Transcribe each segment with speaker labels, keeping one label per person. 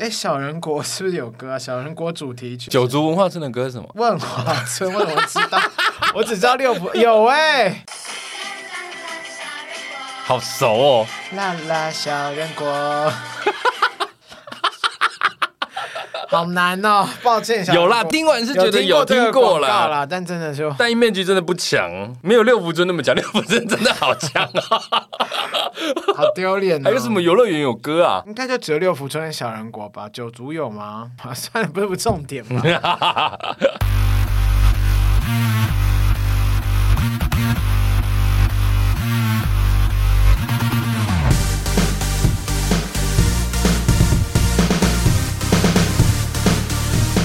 Speaker 1: 哎，小人国 是不是有歌啊？小人国主题曲。
Speaker 2: 九族文化村的歌是什么？
Speaker 1: 万 华村，我啊怎么知道？我只知道六福有哎、
Speaker 2: 好熟哦，
Speaker 1: 啦啦小人国，好难哦，抱歉，小人国
Speaker 2: 有啦，听完是觉得有听
Speaker 1: 这个
Speaker 2: 过
Speaker 1: 广告
Speaker 2: 啦。
Speaker 1: 啦，但真的就
Speaker 2: 但 image 真的不强，没有六福村那么强，六福村真的好强 啊！嗯
Speaker 1: 好丢脸、哦。
Speaker 2: 还有什么？游乐园有歌啊？
Speaker 1: 应该就只有六福村、小人国吧？九族有吗？ 啊，算了，不是不重点吧。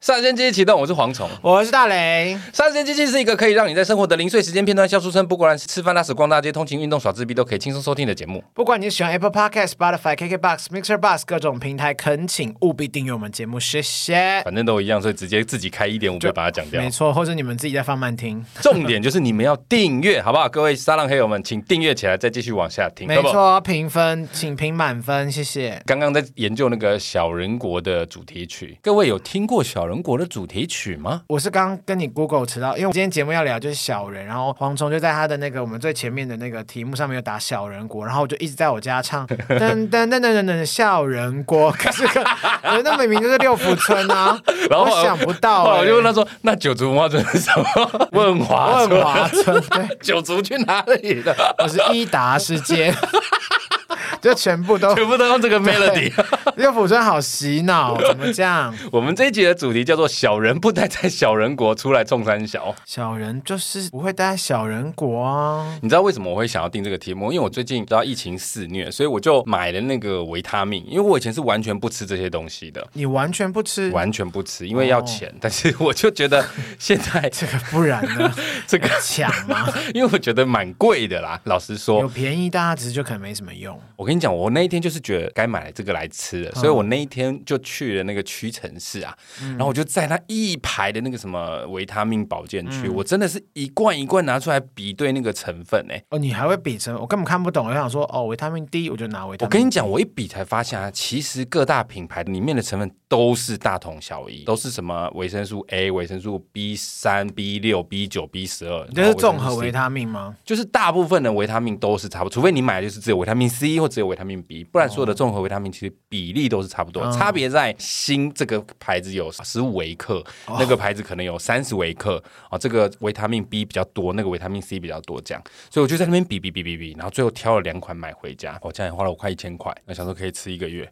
Speaker 2: 杀时间机器启动，我是蝗虫。
Speaker 1: 我是大雷，
Speaker 2: 杀时间机器是一个可以让你在生活的零碎时间片段笑出声，不管是吃饭、拉屎、逛大街、通勤、运动、耍自闭，都可以轻松收听的节目。
Speaker 1: 不管你喜欢 Apple Podcast、Spotify、KKBox、Mixer Bus 各种平台，恳请务必订阅我们节目，谢谢。
Speaker 2: 反正都一样，所以直接自己开一点五倍把它讲掉
Speaker 1: 没。错，或者你们自己在放慢听。
Speaker 2: 重点就是你们要订阅，好不好？各位沙浪黑友们，请订阅起来，再继续往下听，
Speaker 1: 没
Speaker 2: 好不好。
Speaker 1: 错，评分请评满分，谢谢。
Speaker 2: 刚刚在研究那个小人国的主题曲，各位有听过小人国的主题曲吗？
Speaker 1: 我是刚跟你 Google 迟到，因为我今天节目要聊就是小人，然后蝗虫就在他的那个我们最前面的那个题目上面有打小人国，然后我就一直在我家 唱噔噔噔噔噔噔小人国，可是可那明明就是六福村啊，
Speaker 2: 然后后
Speaker 1: 我
Speaker 2: 来
Speaker 1: 想不到、
Speaker 2: 后来
Speaker 1: 欸，
Speaker 2: 我就问他说：“那九族文化村是什么？”问 华村
Speaker 1: 万华村，对，
Speaker 2: 九族去哪里了？
Speaker 1: 我是伊达世界， 就全部都
Speaker 2: 全部都用这个 melody。
Speaker 1: 六福村好洗脑，怎么这样？
Speaker 2: 我们这一集的主题叫做“小人不待在小人国，出来冲三小”。
Speaker 1: 小人就是不会待在小人国啊，
Speaker 2: 你知道为什么我会想要定这个题目？因为我最近知道疫情肆虐，所以我就买了那个维他命，因为我以前是完全不吃这些东西的。
Speaker 1: 你完全不吃，
Speaker 2: 完全不吃，因为要钱。但是我就觉得现在
Speaker 1: 这个不然呢？
Speaker 2: 这个，
Speaker 1: 抢吗？
Speaker 2: 因为我觉得蛮贵的啦。 老实说，
Speaker 1: 有便宜，大家只是就可能没什么用。
Speaker 2: 我跟你讲，我那一天就是觉得该买这个来吃了，所以我那一天就去了那个屈臣氏啊，然后我就在那一排的那个什么维他命保健区，我真的是一罐一罐拿出来比对那个成分哎、
Speaker 1: 哦，你还会比成？我根本看不懂。我想说，哦，维他命 D，我就拿维他
Speaker 2: 我
Speaker 1: 命。
Speaker 2: 跟你讲，我一比才发现啊，其实各大品牌里面的成分都是大同小异，都是什么维生素 A、维生素 B 三、B 六、B 九、B 十二，
Speaker 1: 你这是综合
Speaker 2: 维
Speaker 1: 维他命吗？
Speaker 2: 就是大部分的维他命都是差不多，除非你买的就是只有维他命 C 或只有维他命 B，不然所有的综合维他命其实比例都是差不多。
Speaker 1: 哦嗯
Speaker 2: 差别在锌这个牌子有十五微克，
Speaker 1: 哦
Speaker 2: 那个牌子可能有三十微克啊、这个维他命 B 比较多，那个维他命 C 比较多，这样。所以我就在那边比比比比比，然后最后挑了两款买回家，哦我、这样也花了我快一千块，那想说可以吃一个月，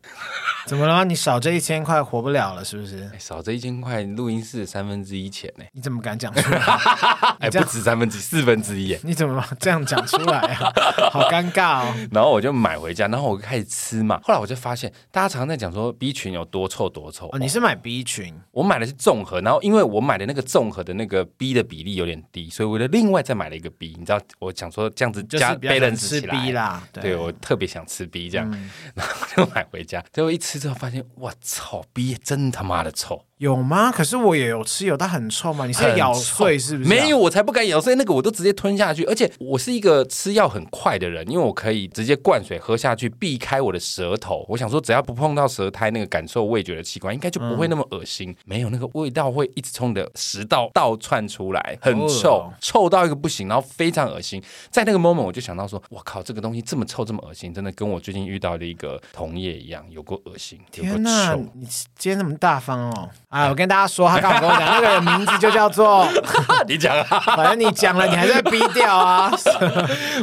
Speaker 1: 怎么了吗？你少这一千块活不了了，是不是？
Speaker 2: 哎少这一千块，录音室三分之一钱呢、
Speaker 1: 你怎么敢讲出 来？
Speaker 2: 哎，
Speaker 1: 啊这
Speaker 2: 不
Speaker 1: 样
Speaker 2: 止三分之一，四分之一耶。
Speaker 1: 你怎么这样讲出来啊？好尴尬哦。
Speaker 2: 然后我就买回家，然后我就开始吃嘛。后来我就发现，大家常常在讲说 B 群有多臭多臭。
Speaker 1: 哦，你是买 B 群，
Speaker 2: 我买的是综合，然后因为我买的那个综合的那个 B 的比例有点低，所以我就另外再买了一个 B。你知道，我想说这样子
Speaker 1: 就
Speaker 2: 加
Speaker 1: 是比较
Speaker 2: balance
Speaker 1: 想吃
Speaker 2: 起来
Speaker 1: B 啦。嗯
Speaker 2: 对哦我特别想吃 B 这样， 然后我就买回家，结果一吃之后发现，我操，B 真他妈的臭，
Speaker 1: 有吗？可是我也有吃，有它很臭吗？你是咬
Speaker 2: 很臭
Speaker 1: 碎是不啊是、
Speaker 2: 没有，。我才不敢咬碎那个，我都直接吞下去。而且我是一个吃药很快的人，因为我可以直接灌水喝下去，避开我的舌头。我想说，只要不碰到舌苔那个感受味觉的器官，应该就不会那么恶心。
Speaker 1: 嗯
Speaker 2: 没有那个味道会一直从你的食道倒窜出来，很
Speaker 1: 好恶
Speaker 2: 臭，
Speaker 1: 哦
Speaker 2: 臭到一个不行，然后非常恶心。在那个 moment，我就想到说，我靠，这个东西这么臭，这么恶心，真的跟我最近遇到的一个同业一样，有过恶心，有过
Speaker 1: 天呐，
Speaker 2: 臭。
Speaker 1: 你今天那么大方哦！啊，我跟大家说，他刚刚跟我讲，那个人名字就叫做
Speaker 2: 你讲啊。
Speaker 1: 反正你讲了，你还在逼掉啊！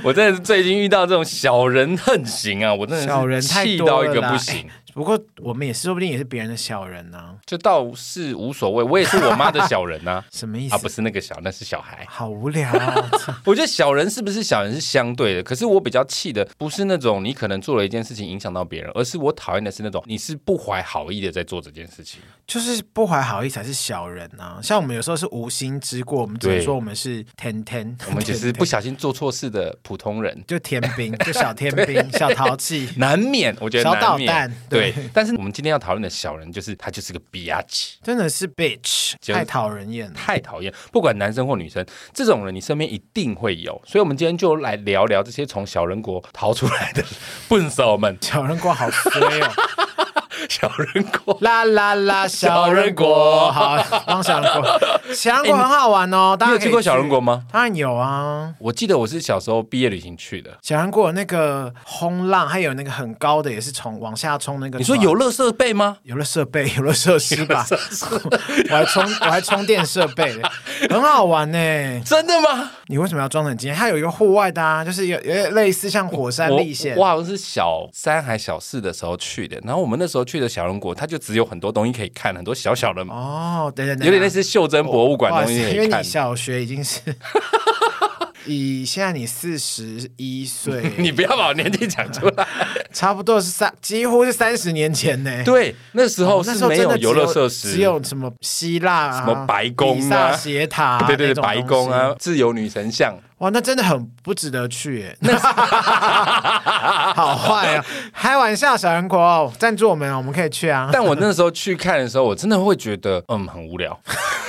Speaker 2: 我真的是最近遇到这种小人横行啊，我真的是
Speaker 1: 小人太
Speaker 2: 气
Speaker 1: 多了
Speaker 2: 到
Speaker 1: 啦
Speaker 2: 一个不行，
Speaker 1: 不过我们也是，说不定也是别人的小人啊呢、、
Speaker 2: 这倒是无所谓，我也是我妈的小人呐
Speaker 1: 什么意
Speaker 2: 啊，
Speaker 1: 思？
Speaker 2: 不是那个小，那是小孩。
Speaker 1: 好无聊啊！
Speaker 2: 我觉得小人是不是小人是相对的，可是我比较气的不是那种你可能做了一件事情影响到别人，而是我讨厌的是那种你是不怀好意的在做这件事情。
Speaker 1: 就是不怀好意才是小人啊！像我们有时候是无心之过，我们只能
Speaker 2: 对
Speaker 1: 说我们是天天，
Speaker 2: 我们只是不小心做错事的普通人，
Speaker 1: 就天兵，就小天兵、小淘气。
Speaker 2: 难免我觉得
Speaker 1: 小
Speaker 2: 难
Speaker 1: 捣
Speaker 2: 免
Speaker 1: 蛋对
Speaker 2: 对，但是我们今天要讨论的小人，就是他就是个 b i
Speaker 1: 真的是 bitch，
Speaker 2: 就
Speaker 1: 太讨人厌了。
Speaker 2: 太讨厌，不管男生或女生，这种人你身边一定会有。所以，我们今天就来聊聊这些从小人国逃出来的 笨手们，
Speaker 1: 小人国好衰 哦！
Speaker 2: 小人国。
Speaker 1: 啦啦啦，小人国好，帮小人 国，小人国很好玩哦。大
Speaker 2: 哎
Speaker 1: 家
Speaker 2: 你有
Speaker 1: 可以
Speaker 2: 去过小人国？吗？
Speaker 1: 当然有啊。
Speaker 2: 我记得我是小时候毕业旅行去的。
Speaker 1: 小人国有那个轰浪，还有那个很高的，也是从往下冲那个船。
Speaker 2: 你说游乐设备吗？
Speaker 1: 游乐设备、 游乐设施吧？我还充我还充电设备嘞，很好玩呢、
Speaker 2: 真的吗？
Speaker 1: 你为什么要装得很惊讶？它有一个户外的啊，就是有有点类似像火山
Speaker 2: 我
Speaker 1: 历险
Speaker 2: 我，好像是小三还小四的时候去的，然后我们那时候去的小人国，它就只有很多东西可以看，很多小小的，
Speaker 1: 哦，对对对，
Speaker 2: 有点类似袖珍博物馆
Speaker 1: 哇
Speaker 2: 东
Speaker 1: 塞
Speaker 2: 西可
Speaker 1: 因
Speaker 2: 以
Speaker 1: 为你
Speaker 2: 看。
Speaker 1: 小学已经 是，以现在你四十一岁，
Speaker 2: 你不要把我年纪讲出 来。
Speaker 1: 差不多是三，几乎是三十年前呢。
Speaker 2: 对，那时候
Speaker 1: 哦那
Speaker 2: 是
Speaker 1: 时候
Speaker 2: 没
Speaker 1: 真的只
Speaker 2: 游乐设施，
Speaker 1: 只有什么希腊啊、
Speaker 2: 什么白宫啊
Speaker 1: 比萨斜塔啊、
Speaker 2: 对对
Speaker 1: 那
Speaker 2: 对，
Speaker 1: 种
Speaker 2: 白宫
Speaker 1: 东
Speaker 2: 啊
Speaker 1: 西，，
Speaker 2: 自由女神像，
Speaker 1: 哇，那真的很不值得去耶， 好坏啊！开玩笑，小人国赞助我们，我们可以去啊。
Speaker 2: 但我那时候去看的时候，我真的会觉得，嗯，很无聊。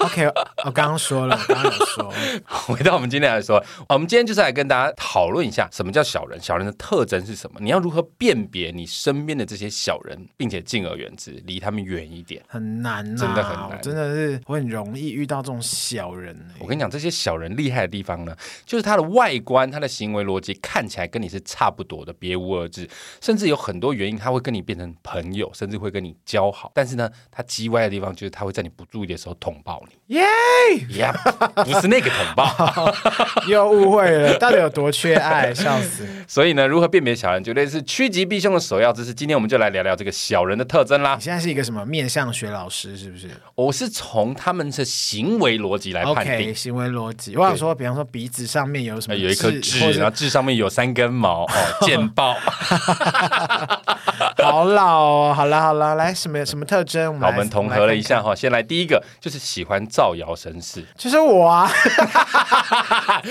Speaker 1: OK，我刚刚说了，我刚刚有说，
Speaker 2: 回到我们今天来说，哦我们今天就是来跟大家讨论一下什么叫小人，小人的特征是什么？你要如何辨别你身边的这些小人，并且敬而远之，离他们远一点。
Speaker 1: 很难呐、
Speaker 2: 真的很难
Speaker 1: 我真的是我很容易遇到这种小人欸呢、
Speaker 2: 我跟你讲，这些小人厉害的地方呢，就是他的外观、他的行为逻辑看起来跟你是差不多的，别无二致。甚至有很多原因，他会跟你变成朋友，甚至会跟你交好。但是呢，他叽歪的地方就是他会在你不注意的时候捅爆你。
Speaker 1: 耶、
Speaker 2: 呀，不是那个捅爆。
Speaker 1: 又误会了，到底有多缺爱？笑死！
Speaker 2: 所以呢，如何辨别小人，绝对是趋吉避凶的首要之事。今天我们就来聊聊这个小人的特征啦
Speaker 1: 你。现在是一个什么面相学老师是不是
Speaker 2: 我是从他们的行为逻辑来判定。
Speaker 1: ？OK，行为逻辑。我想说，比方说鼻子上面有什
Speaker 2: 呃
Speaker 1: 么
Speaker 2: 有一颗
Speaker 1: 痣，
Speaker 2: 痣，
Speaker 1: 或
Speaker 2: 然
Speaker 1: 者
Speaker 2: 后痣上面有三根毛， 哦，见报。
Speaker 1: 好老哦。好啦好啦，来什么什么特征？我们
Speaker 2: 好，
Speaker 1: 来
Speaker 2: 我们
Speaker 1: 我
Speaker 2: 统
Speaker 1: 们来
Speaker 2: 合了
Speaker 1: 看
Speaker 2: 一下哈，哦先来第一个就是喜欢造谣生事，
Speaker 1: 就是我 啊，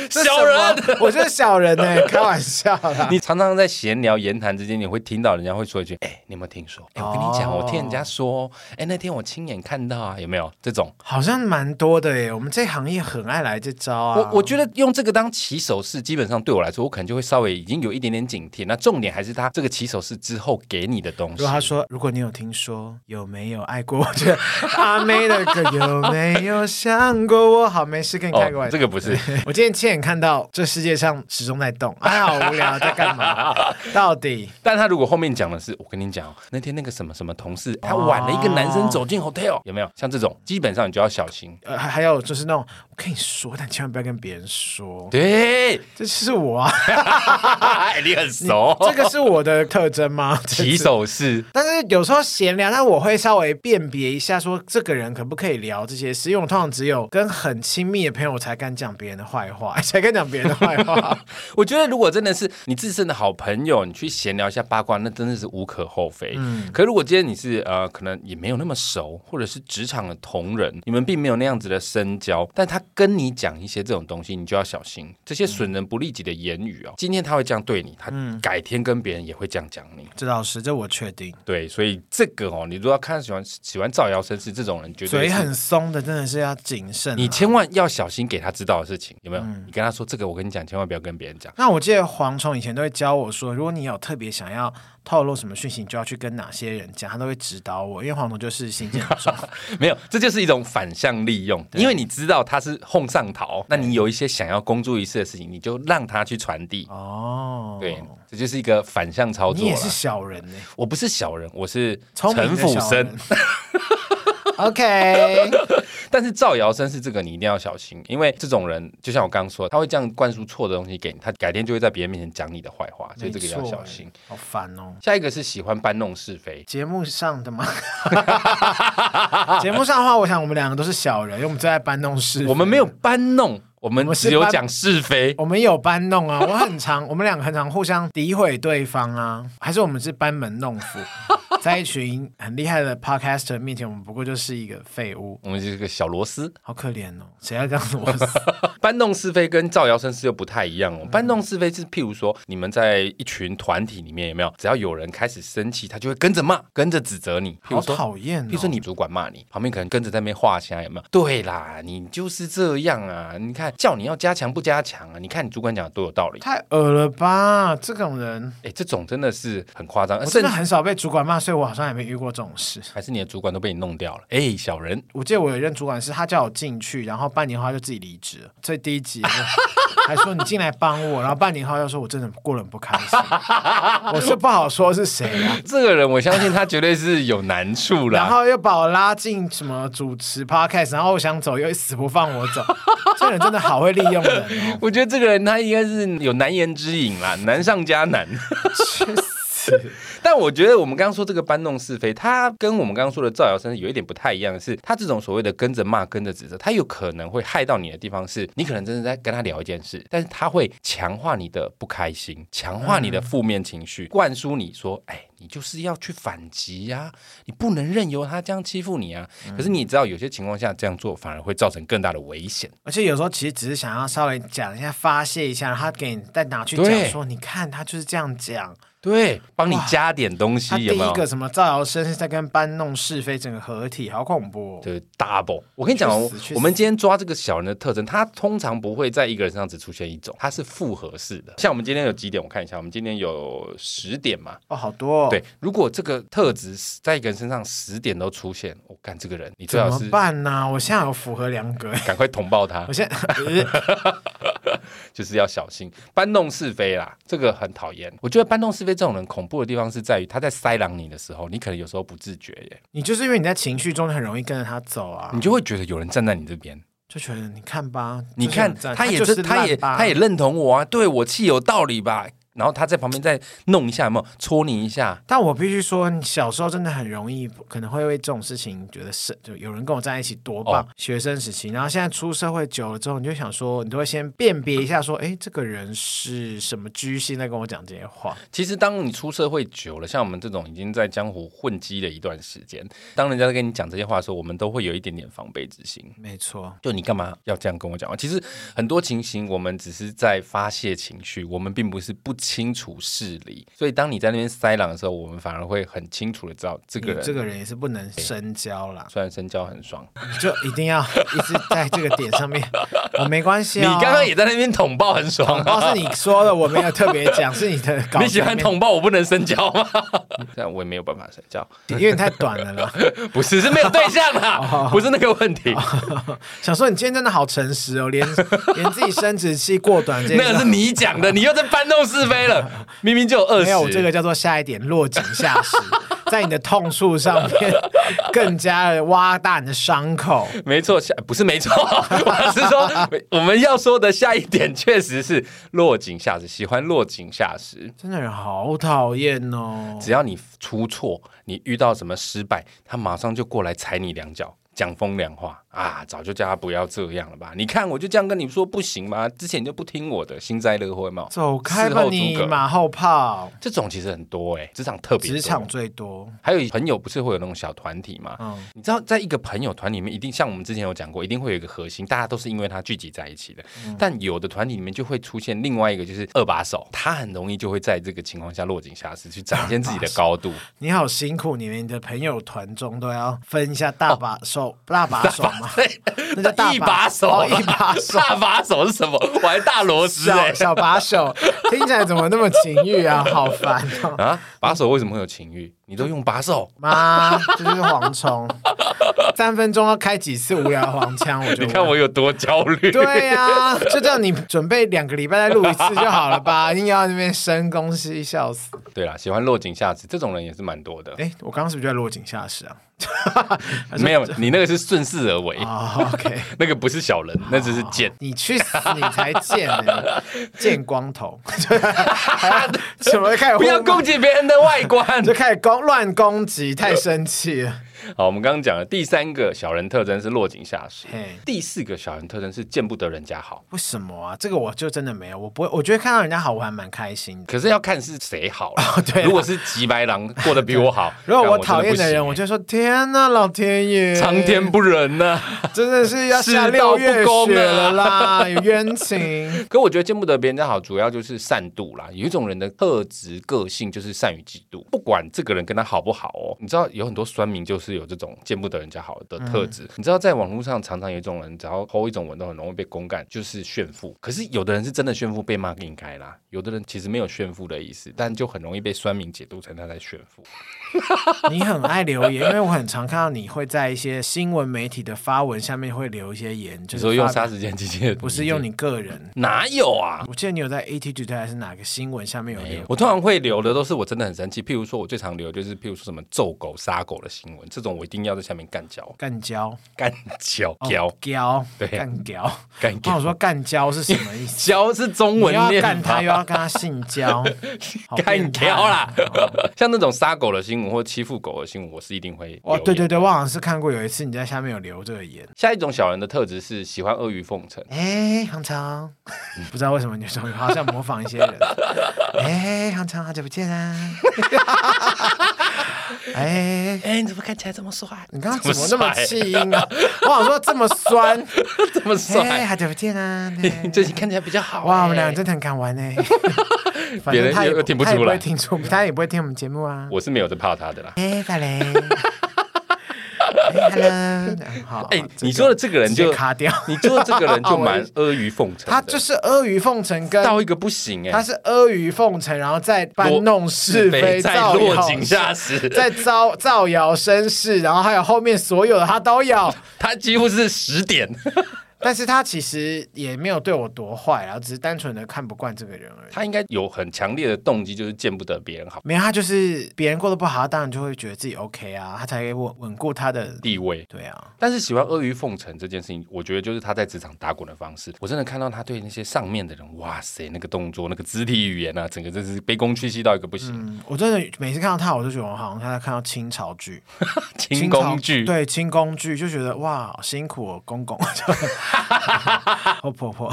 Speaker 1: 这是
Speaker 2: 小人。
Speaker 1: 什么，我就是小人呢、欸 开玩笑啦。
Speaker 2: 你常常在闲聊言谈之间，你会听到人家会说一句：“哎、你有没有听说？哎、我跟你讲，
Speaker 1: 哦
Speaker 2: 我听人家说，哎、那天我亲眼看到啊，有没有这种？
Speaker 1: 好像蛮多的耶，我们这行业很爱来这招啊。
Speaker 2: 我我觉得用这个当起手式，基本上对我来说，我可能就会稍微已经有一点点警惕。那重点还是他这个起手式之后给你的东
Speaker 1: 如
Speaker 2: 西哦
Speaker 1: 果。他说，如果你有听说有没有爱过，我觉得阿妹的歌有没有想过我？好，没事跟你开个玩笑。
Speaker 2: 这个不是
Speaker 1: 我今天亲眼看到这世界上始终在动，哎，好无聊，在干 嘛？到底
Speaker 2: 但他如果后面讲的是，我跟你讲哦，那天那个什么什么同事，他挽了一个男生走进 hotel，有没有？像这种，基本上你就要小心。
Speaker 1: 呃，还还有就是那种，我跟你说，但千万不要跟别人说，
Speaker 2: 对，
Speaker 1: 这是我啊，
Speaker 2: 哎你很熟。
Speaker 1: 这个是我的特征 吗？
Speaker 2: 起手式，
Speaker 1: 但是有时候闲聊，但我会稍微辨别一下，说这个人可不可以聊这些事，因为我通常只有跟很亲密的朋友我才敢讲别人的坏话， 才敢讲别人的坏 话。
Speaker 2: 我觉得如果真的是你自身的好朋友，你去闲聊一下八卦，那真的是无可厚非。嗯，可如果今天你是呃，可能也没有那么熟，或者是职场的同仁，你们并没有那样子的深交，但他跟你讲一些这种东西，你就要小心这些损人不利己的言语哦。今天他会这样对你，他
Speaker 1: 嗯
Speaker 2: 改天跟别人也会这样讲你。
Speaker 1: 这老师，这我确定，
Speaker 2: 对，所以这个哦，你如果要看喜欢喜欢造谣生事这种人，绝对
Speaker 1: 嘴
Speaker 2: 是
Speaker 1: 很松的真的是要谨慎、啊
Speaker 2: 你千万要小心给他知道的事情，有没有？
Speaker 1: 嗯
Speaker 2: 你跟他说这个，我跟你讲，千万不要跟别人讲。
Speaker 1: 那我记得蝗虫以前都会教我说，如果你有特别想要透露什么讯息，你就要去跟哪些人讲，他都会指导我，因为蝗虫就是心机 很重。
Speaker 2: 没有，这就是一种反向利用，因为你知道他是哄上逃，那你有一些想要公诸于世的事情，你就让他去传递。
Speaker 1: 哦，
Speaker 2: 对，这就是一个反向操
Speaker 1: 你
Speaker 2: 作
Speaker 1: 也
Speaker 2: 了
Speaker 1: 是。小人呢、
Speaker 2: 我不是小人，我是
Speaker 1: 聪明
Speaker 2: 城
Speaker 1: 的
Speaker 2: 府
Speaker 1: 小人
Speaker 2: 深，。
Speaker 1: OK，
Speaker 2: 但是造谣生是这个你一定要小心，因为这种人就像我刚刚说，他会这样灌输错的东西给你，他改天就会在别人面前讲你的坏话，所以这个也要
Speaker 1: 没错
Speaker 2: 小心。，
Speaker 1: 好烦哦。
Speaker 2: 下一个是喜欢搬弄是非，
Speaker 1: 节目上 的吗？节目上的话，我想我们两个都是小人，因为我们最爱搬弄是非。
Speaker 2: 我们没有搬弄，我们
Speaker 1: 我们是
Speaker 2: 只有
Speaker 1: 搬
Speaker 2: 讲是非。
Speaker 1: 我们有搬弄 啊，我很常，我们两个很常互相诋毁对方啊，还是我们是班门弄斧？在一群很厉害的 podcaster 面前，我们不过就是一个废物，
Speaker 2: 我们就是个小螺丝。
Speaker 1: 好可怜哦！谁要这样 子我死？
Speaker 2: 搬弄是非跟造谣生事又不太一样哦。
Speaker 1: 嗯
Speaker 2: 搬弄是非是譬如说，你们在一群团体里面有没有？只要有人开始生气，他就会跟着骂，跟着指责你。譬
Speaker 1: 好
Speaker 2: 如说，
Speaker 1: 讨厌哦！
Speaker 2: 譬如说你主管骂你，旁边可能跟着在那边画虾，有没有？对啦，你就是这样啊！你看叫你要加强不加强啊？你看你主管讲的多有道 理。
Speaker 1: 太恶了吧！这种人，
Speaker 2: 哎，这种真的是很夸张，
Speaker 1: 我
Speaker 2: 呃甚
Speaker 1: 真
Speaker 2: 至
Speaker 1: 的很少被主管骂，所以我好像也没遇过这种事。
Speaker 2: 还是你的主管都被你弄掉了。哎，小人，
Speaker 1: 我记得我有一任主管是，他叫我进去，然后半年后他就自己离职了。最低级的 还说你进来帮我，然后半年后又说我真的过得很不开心，我是不好说是谁啊。
Speaker 2: 这个人我相信他绝对是有难 处
Speaker 1: 然
Speaker 2: 啦。
Speaker 1: 后又把我拉进什么主持 podcast，然后我想走又死不放我走， 这人真的好会利用人 哦，
Speaker 2: 我觉得这个人他应该是有难言之隐啦，难上加难。
Speaker 1: 去死！
Speaker 2: 但我觉得我们刚刚说这个搬弄是非，它跟我们刚刚说的造谣生事有一点不太一样的是，它这种所谓的跟着骂、跟着指责，它有可能会害到你的地方是，你可能真的在跟他聊一件事，但是他会强化你的不开心，强化你的
Speaker 1: 嗯
Speaker 2: 负面情绪，灌输你说，哎。你就是要去反击呀、你不能任由他这样欺负你啊！
Speaker 1: 嗯
Speaker 2: 可是你知道，有些情况下这样做反而会造成更大的危险。
Speaker 1: 而且有时候其实只是想要稍微讲一下发泄一下，然后他给你再拿去讲
Speaker 2: 对
Speaker 1: 说，你看他就是这样讲，
Speaker 2: 对，帮你加点东西
Speaker 1: 他
Speaker 2: 有
Speaker 1: 第
Speaker 2: 没
Speaker 1: 一
Speaker 2: 有？
Speaker 1: 个什么造谣生是在跟搬弄是非，整个合体，好恐怖、哦。
Speaker 2: 就是 double。我跟你讲哦
Speaker 1: 去死去，死
Speaker 2: 我们今天抓这个小人的特征，它通常不会在一个人身上只出现一种，它是复合式的。像我们今天有几点，我看一下，我们今天有十点嘛。
Speaker 1: 哦，好多、哦，
Speaker 2: 对，，如果这个特质是在一个人身上十点都出现，我、干这个人，你最
Speaker 1: 怎
Speaker 2: 好
Speaker 1: 么
Speaker 2: 是
Speaker 1: 办呢、我现在有符合两个，
Speaker 2: 赶快通报他
Speaker 1: 我，现在、
Speaker 2: 就是要小心搬弄是非啦，这个很讨厌。我觉得搬弄是非这种人恐怖的地方是在于他在塞狼你的时候，你可能有时候不自觉耶，
Speaker 1: 你就是因为你在情绪中很容易跟着他走啊，
Speaker 2: 你就会觉得有人站在你这边。
Speaker 1: 就觉得你看吧，
Speaker 2: 你
Speaker 1: 就是
Speaker 2: 看
Speaker 1: 很赞
Speaker 2: 他也
Speaker 1: 就是
Speaker 2: 是，他也
Speaker 1: 烂吧
Speaker 2: 他也认同我啊，对我气有道理吧？然后他在旁边再弄一下，有没有戳你一下？
Speaker 1: 但我必须说，你小时候真的很容易，可能会为这种事情觉得是，就有人跟我在一起多棒。
Speaker 2: 哦
Speaker 1: 学生时期，然后现在出社会久了之后，你就想说，你都会先辨别一下，说，哎，这个人是什么居心在跟我讲这些话？
Speaker 2: 其实当你出社会久了，像我们这种已经在江湖混迹了一段时间，当人家在跟你讲这些话的时候，我们都会有一点点防备之心。
Speaker 1: 没错，
Speaker 2: 就你干嘛要这样跟我讲话？其实很多情形，我们只是在发泄情绪，我们并不是不清楚事理。所以当你在那边塞朗的时候，我们反而会很清楚的知道这
Speaker 1: 这
Speaker 2: 个
Speaker 1: 这
Speaker 2: 人
Speaker 1: 个人也是不能深交啦，
Speaker 2: 虽然身教很爽，
Speaker 1: 你就一定要一直在这个点上面。 我没关系、
Speaker 2: 你
Speaker 1: 哦，
Speaker 2: 刚刚也在那边捅爆很爽、啊，
Speaker 1: 哦，是你说的，我没有特别讲，是你的稿。
Speaker 2: 你喜欢，捅爆我不能深交 吗？这样我也没有办法深交，
Speaker 1: 因为你太短了啦。
Speaker 2: 不是是没有对象
Speaker 1: 哦
Speaker 2: 啦，不是那个问题，
Speaker 1: 想说你今天真的好诚实哦，连连自己生殖器过短这件事
Speaker 2: 那个是你讲的，你又在搬弄是非了，明明就有二
Speaker 1: 哦没有，这
Speaker 2: 十。
Speaker 1: 个叫做下一点落井下 石，在你的痛处上面更加的挖大你的伤口。
Speaker 2: 没错，下不是没错， 我是说我们要说的下一点确实是落井下石，喜欢落井下石。
Speaker 1: 真的人好讨厌哦！
Speaker 2: 只要你出错，你遇到什么失败，他马上就过来踩你两脚，讲风凉话啊！早就叫他不要这样了吧？你看我就这样跟你说不行吗？之前你就不听我的，幸灾乐祸嘛。
Speaker 1: 走开
Speaker 2: 事
Speaker 1: 吧
Speaker 2: 后
Speaker 1: 你
Speaker 2: 诸葛
Speaker 1: 马后炮，
Speaker 2: 这种其实很多哎、职场特别多
Speaker 1: 职场最多。
Speaker 2: 还有朋友不是会有那种小团体嘛？
Speaker 1: 嗯，
Speaker 2: 你知道，在一个朋友团里面，一定像我们之前有讲过，一定会有一个核心，大家都是因为他聚集在一起的。
Speaker 1: 嗯
Speaker 2: 但有的团体里面就会出现另外一个，就是二把手，他很容易就会在这个情况下落井下石，去展现自己的高度。
Speaker 1: 你好辛苦，你们的朋友团中都要分一下大把手、大把手 嘛， 那叫大
Speaker 2: 一把手啊吧、
Speaker 1: 哦一把 手。
Speaker 2: 大把手是什么？我还大螺丝哎、
Speaker 1: 小小把手，听起来怎么那么情欲啊？好烦哦！
Speaker 2: 啊，把手为什么会有情欲？你都用把手，
Speaker 1: 妈，这就是蝗虫，三分钟要开几次无聊黄腔？我就
Speaker 2: 你看我有多焦虑。
Speaker 1: 啊对呀、就叫你准备两个礼拜再录一次就好了吧，硬要那边生东西，笑死！
Speaker 2: 对啦，喜欢落井下石这种人也是蛮多的。
Speaker 1: 哎，我刚刚是不是就在落井下石啊？
Speaker 2: 没有，你那个是顺势而为，
Speaker 1: 哦、，OK，
Speaker 2: 那个不是小人，
Speaker 1: 啊
Speaker 2: 那只是贱。
Speaker 1: 你去死，你才贱呢、贱光头， 还要 什么开始
Speaker 2: 不要
Speaker 1: 互骂
Speaker 2: 攻击别人的外观。
Speaker 1: 就开始攻乱攻击，太生气了。
Speaker 2: 好，我们刚刚讲了第三个小人特征是落井下石，
Speaker 1: 嘿，
Speaker 2: 第四个小人特征是见不得人家好。
Speaker 1: 为什么啊？这个我就真的没有，我不会，我觉得看到人家好，我还蛮开心的。
Speaker 2: 可是要看是谁好了、
Speaker 1: 对啊
Speaker 2: 如果是吉白狼过得比我好
Speaker 1: ，如果
Speaker 2: 干
Speaker 1: 我
Speaker 2: 真
Speaker 1: 讨厌
Speaker 2: 不
Speaker 1: 的人，
Speaker 2: 行
Speaker 1: 我就说天呐，老天爷，
Speaker 2: 苍天不仁呐、
Speaker 1: 真的是要下
Speaker 2: 世道
Speaker 1: 六
Speaker 2: 不
Speaker 1: 月
Speaker 2: 公
Speaker 1: 雪了
Speaker 2: 啊
Speaker 1: 啦，有冤情。
Speaker 2: 可我觉得见不得别人家好，主要就是善妒啦。有一种人的特质个性就是善于嫉妒，不管这个人跟他好不好哦。你知道有很多酸民就是有这种见不得人家好的特质。
Speaker 1: 嗯
Speaker 2: 你知道在网络上常常有一种人，只要抛一种文都很容易被公干，就是炫富。可是有的人是真的炫富被骂应该啦，有的人其实没有炫富的意思，但就很容易被酸民解读成他在炫富。
Speaker 1: 你很爱留言，因为我很常看到你会在一些新闻媒体的发文下面会留一些言，就是
Speaker 2: 你说用
Speaker 1: 发表
Speaker 2: 杀时间机器人，
Speaker 1: 不是用你个人。
Speaker 2: 哪有啊？
Speaker 1: 我记得你有在 AT 主台还是哪个新闻下面有留，
Speaker 2: 我通常会留的都是我真的很生气，譬如说我最常留的就是譬如说什么揍狗、杀狗的新闻，这种我一定要在下面干胶、
Speaker 1: 干胶哦
Speaker 2: 干胶、胶、
Speaker 1: 胶
Speaker 2: 对啊
Speaker 1: 干胶。
Speaker 2: 干
Speaker 1: 我想
Speaker 2: 胶。
Speaker 1: 说干胶是什么意 思？
Speaker 2: 胶是中
Speaker 1: 你
Speaker 2: 文
Speaker 1: 又要
Speaker 2: 念
Speaker 1: 干他，
Speaker 2: 法
Speaker 1: 又要跟他性 交，好
Speaker 2: 干
Speaker 1: 变态哦
Speaker 2: 胶啦！ 像那种杀狗的新闻或欺负狗的新闻，我是一定会
Speaker 1: 哦，
Speaker 2: 留
Speaker 1: 对
Speaker 2: 言
Speaker 1: 对对，我好像是看过有一次你在下面有留这个言。
Speaker 2: 下一种小人的特质是喜欢阿谀奉承。
Speaker 1: 哎，航长，不知道为什么你总好像模仿一些人。 哎，航长，好久不见 啦！哎，
Speaker 2: 哎，你怎么看起来这么帅？
Speaker 1: 你刚刚怎么那么气音啊？我想说这么酸，
Speaker 2: 这么
Speaker 1: 哎，
Speaker 2: 帅？
Speaker 1: 好久不见啦！
Speaker 2: 你 最近看起来比较好。
Speaker 1: 哇，我们俩
Speaker 2: 哎
Speaker 1: 真的很敢玩 呢。反
Speaker 2: 别人
Speaker 1: 正他也
Speaker 2: 又又听不
Speaker 1: 他也
Speaker 2: 出
Speaker 1: 不会
Speaker 2: 来
Speaker 1: 听出，他也不会听我们节目 啊。
Speaker 2: 我是没有在怕他 的啦。
Speaker 1: 哎，大雷。哎 Hello，嗯好。
Speaker 2: 哎
Speaker 1: 好，
Speaker 2: 你说的这个人
Speaker 1: 直接
Speaker 2: 就
Speaker 1: 卡掉，
Speaker 2: 你做这个人就蛮阿谀奉承
Speaker 1: 哦
Speaker 2: 的，
Speaker 1: 他就是阿谀奉承跟
Speaker 2: 到一个不行
Speaker 1: 他
Speaker 2: 哎、
Speaker 1: 是阿谀奉承，然后再搬弄是非，
Speaker 2: 在
Speaker 1: 造
Speaker 2: 落
Speaker 1: 谣
Speaker 2: 井 下石，
Speaker 1: 在造造谣生事，然后还有后面所有的 他都要，
Speaker 2: 他几乎是十点，
Speaker 1: 但是他其实也没有对我多坏啊，然后只是单纯的看不惯这个人而已。
Speaker 2: 他应该有很强烈的动机，就是见不得别人好
Speaker 1: 没有，他就是别人过得不好，他当然就会觉得自己 OK 啊，他才稳稳固他的。
Speaker 2: 地位。
Speaker 1: 对啊，
Speaker 2: 但是喜欢阿谀奉承这件事情，我觉得就是他在职场打滚的方式。我真的看到他对那些上面的人，哇塞，那个动作、那个肢体语言啊，整个真是卑躬屈膝到一个不行。
Speaker 1: 嗯，我真的每次看到他，我就觉得我好像在看到清朝剧，
Speaker 2: 轻工具，
Speaker 1: 对清宫剧，就觉得哇，好辛苦哦，公 公，我婆婆，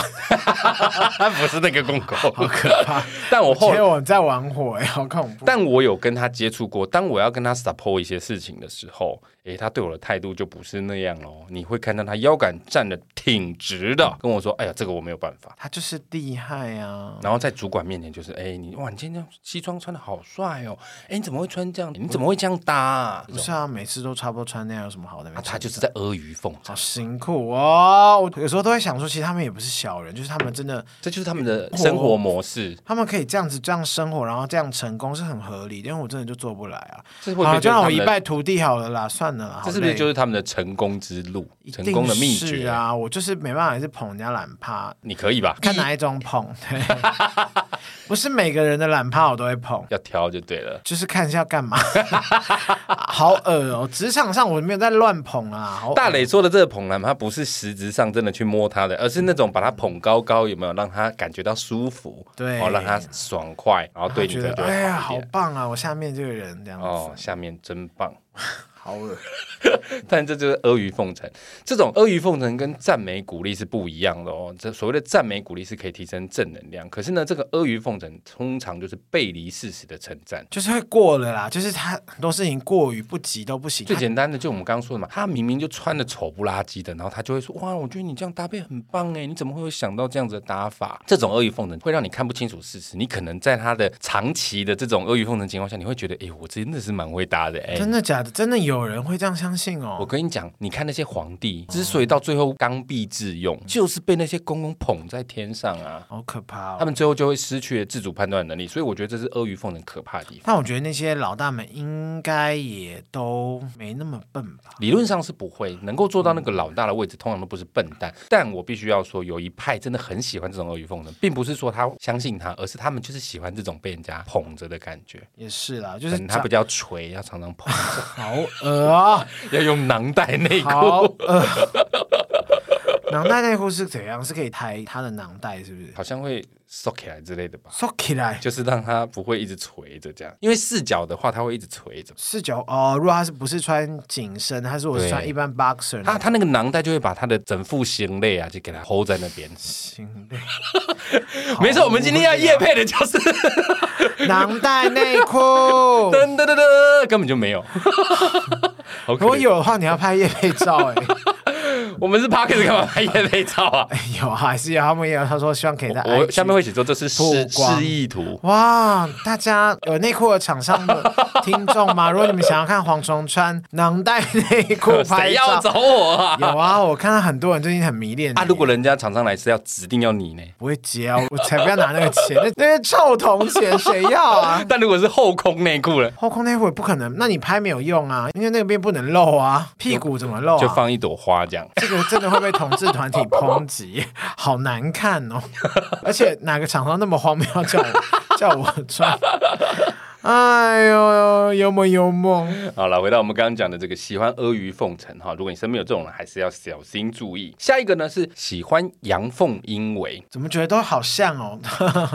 Speaker 2: 他不是那个公 公，
Speaker 1: 好可怕。
Speaker 2: 但我哦后
Speaker 1: 结果我在玩火哎，好恐怖！
Speaker 2: 但我有跟他接触过，当我要跟他 support 一些事情的时候，诶，他对我的态度就不是那样咯。你会看到他腰杆站得挺直的，跟我说：“哎呀，这个我没有办法。
Speaker 1: 他就是厉害啊”！
Speaker 2: 然后在主管面前就是：“哎，你哇，你今天这样西装穿的好帅哦！哎，你怎么会穿这样？你怎么会这样搭、啊？”
Speaker 1: 不是啊，每次都差不多穿那样，有什么好的？
Speaker 2: 啊
Speaker 1: 每次
Speaker 2: 他就是在阿谀奉承，
Speaker 1: 好辛苦哦。我有时候都会想说，其实他们也不是小人，就是他们真的，
Speaker 2: 这就是他们的生活模式。
Speaker 1: 他们可以这样子这样生活，然后这样成功是很合理的。因为我真的就做不来啊。
Speaker 2: 这会不
Speaker 1: 好，
Speaker 2: 会
Speaker 1: 就
Speaker 2: 就
Speaker 1: 让我
Speaker 2: 是
Speaker 1: 一
Speaker 2: 他们的
Speaker 1: 败涂地好了啦，算了啦。
Speaker 2: 这是不是就是是他们的成功之路、成
Speaker 1: 定
Speaker 2: 功的秘
Speaker 1: 是
Speaker 2: 诀？
Speaker 1: 啊？我就是没办法，也是捧人家懒 趴，
Speaker 2: 你可以吧？
Speaker 1: 看哪一种捧。对不是每个人的懒趴我都会捧。
Speaker 2: 要挑就对了。
Speaker 1: 就是看一下干嘛， 好恶哦、职场上我没有在乱捧啊，好恶
Speaker 2: 大磊说的这个捧篮，他不是实质上真的去摸他的，而是那种把他捧高高，有没有让他感觉到舒服，
Speaker 1: 对
Speaker 2: 然后让他爽快，然后对你
Speaker 1: 觉
Speaker 2: 的
Speaker 1: 得
Speaker 2: 就
Speaker 1: 哎
Speaker 2: 会
Speaker 1: 呀
Speaker 2: 好一
Speaker 1: 好
Speaker 2: 点。
Speaker 1: 棒啊，我下面这个人这样子，
Speaker 2: 哦，下面真棒！
Speaker 1: 好
Speaker 2: 哦
Speaker 1: 恶。
Speaker 2: 但这就是阿谀奉承，这种阿谀奉承跟赞美鼓励是不一样的哦。这所谓的赞美鼓励是可以提升正能量，可是呢，这个阿谀奉承通常就是背离事实的称赞。
Speaker 1: 就是会过了啦，就是他很多事情过于不及都不行。
Speaker 2: 最简单的就我们刚刚说的嘛，他明明就穿的丑不拉几的，然后他就会说：“哇，我觉得你这样搭配很棒哎，你怎么会有想到这样子的搭法？”这种阿谀奉承会让你看不清楚事实，你可能在他的长期的这种阿谀奉承情况下，你会觉得：“哎，我真的是蛮会搭的哎。
Speaker 1: 真的假的？真的有人会这样相信”
Speaker 2: 我
Speaker 1: 哦？
Speaker 2: 跟你讲，你看那些皇帝之所以到最后刚愎自用，就是被那些公公捧在天上啊，
Speaker 1: 好可怕
Speaker 2: 他
Speaker 1: 哦！
Speaker 2: 们最后就会失去了自主判断能力。所以我觉得这是阿谀奉承可怕的地方。
Speaker 1: 但我觉得那些老大们应该也都没那么笨吧？
Speaker 2: 理论上是不会能够做到那个老大的位置，通常都不是笨蛋。但我必须要说，有一派真的很喜欢这种阿谀奉承，并不是说他相信他，而是他们就是喜欢这种被人家捧着的感觉。
Speaker 1: 也是啦，就
Speaker 2: 可
Speaker 1: 是
Speaker 2: 能他比较垂，要常常捧，
Speaker 1: 好恶啊，
Speaker 2: 哎 要用囊袋内裤。
Speaker 1: 好恶。囊袋内裤是怎样？是可以抬它的囊袋，是不是？
Speaker 2: 好像会收起来之类的吧，
Speaker 1: 收起来，
Speaker 2: 就是让它不会一直垂着这样，因为四角的话它会一直垂着，
Speaker 1: 四角哦。如果他是不是穿紧身，他是我
Speaker 2: 对
Speaker 1: 穿一般 boxer，
Speaker 2: 它它那个囊袋就会把它的整副行类啊就给它 hold 在那边。
Speaker 1: 行，
Speaker 2: 没错，我们今天要夜配的就是
Speaker 1: 囊袋内裤。哦
Speaker 2: 噔噔噔噔，根本就没 有。好可
Speaker 1: 如果
Speaker 2: 怜，
Speaker 1: 有的话，你要拍夜配照哎、
Speaker 2: 我们是 p o c k e t 干嘛拍夜配照啊？
Speaker 1: 有啊，还是有他们也有，他说希望可以在
Speaker 2: 我
Speaker 1: IG
Speaker 2: 下面会写说这是示
Speaker 1: 哎曝光
Speaker 2: 示意图。
Speaker 1: 哇，大家有内裤的厂商的 听众吗？如果你们想要看蝗虫穿囊袋内裤拍
Speaker 2: 谁要找
Speaker 1: 照，
Speaker 2: 我啊？
Speaker 1: 有啊，我看到很多人最近很迷恋你
Speaker 2: 啊，如果人家厂商来是要指定要你呢？
Speaker 1: 不会接啊，我才不要拿那个钱，那那些臭铜钱谁要啊？
Speaker 2: 但如果是后空内裤了，
Speaker 1: 后空内裤也不可能，那你拍没有用啊，因为那边不能露啊，屁股怎么露、啊？
Speaker 2: 就放一朵花这样。
Speaker 1: 这个真的会被同志团体抨击， 好难看 哦！而且哪个厂商那么荒谬要叫我 叫我穿？哎呦，幽默幽默，
Speaker 2: 好了，回到我们刚刚讲的这个喜欢阿谀奉承哈，如果你身边有这种人，还是要小心注意。下一个呢是喜欢阳奉阴 违，
Speaker 1: 怎么觉得都好像哦？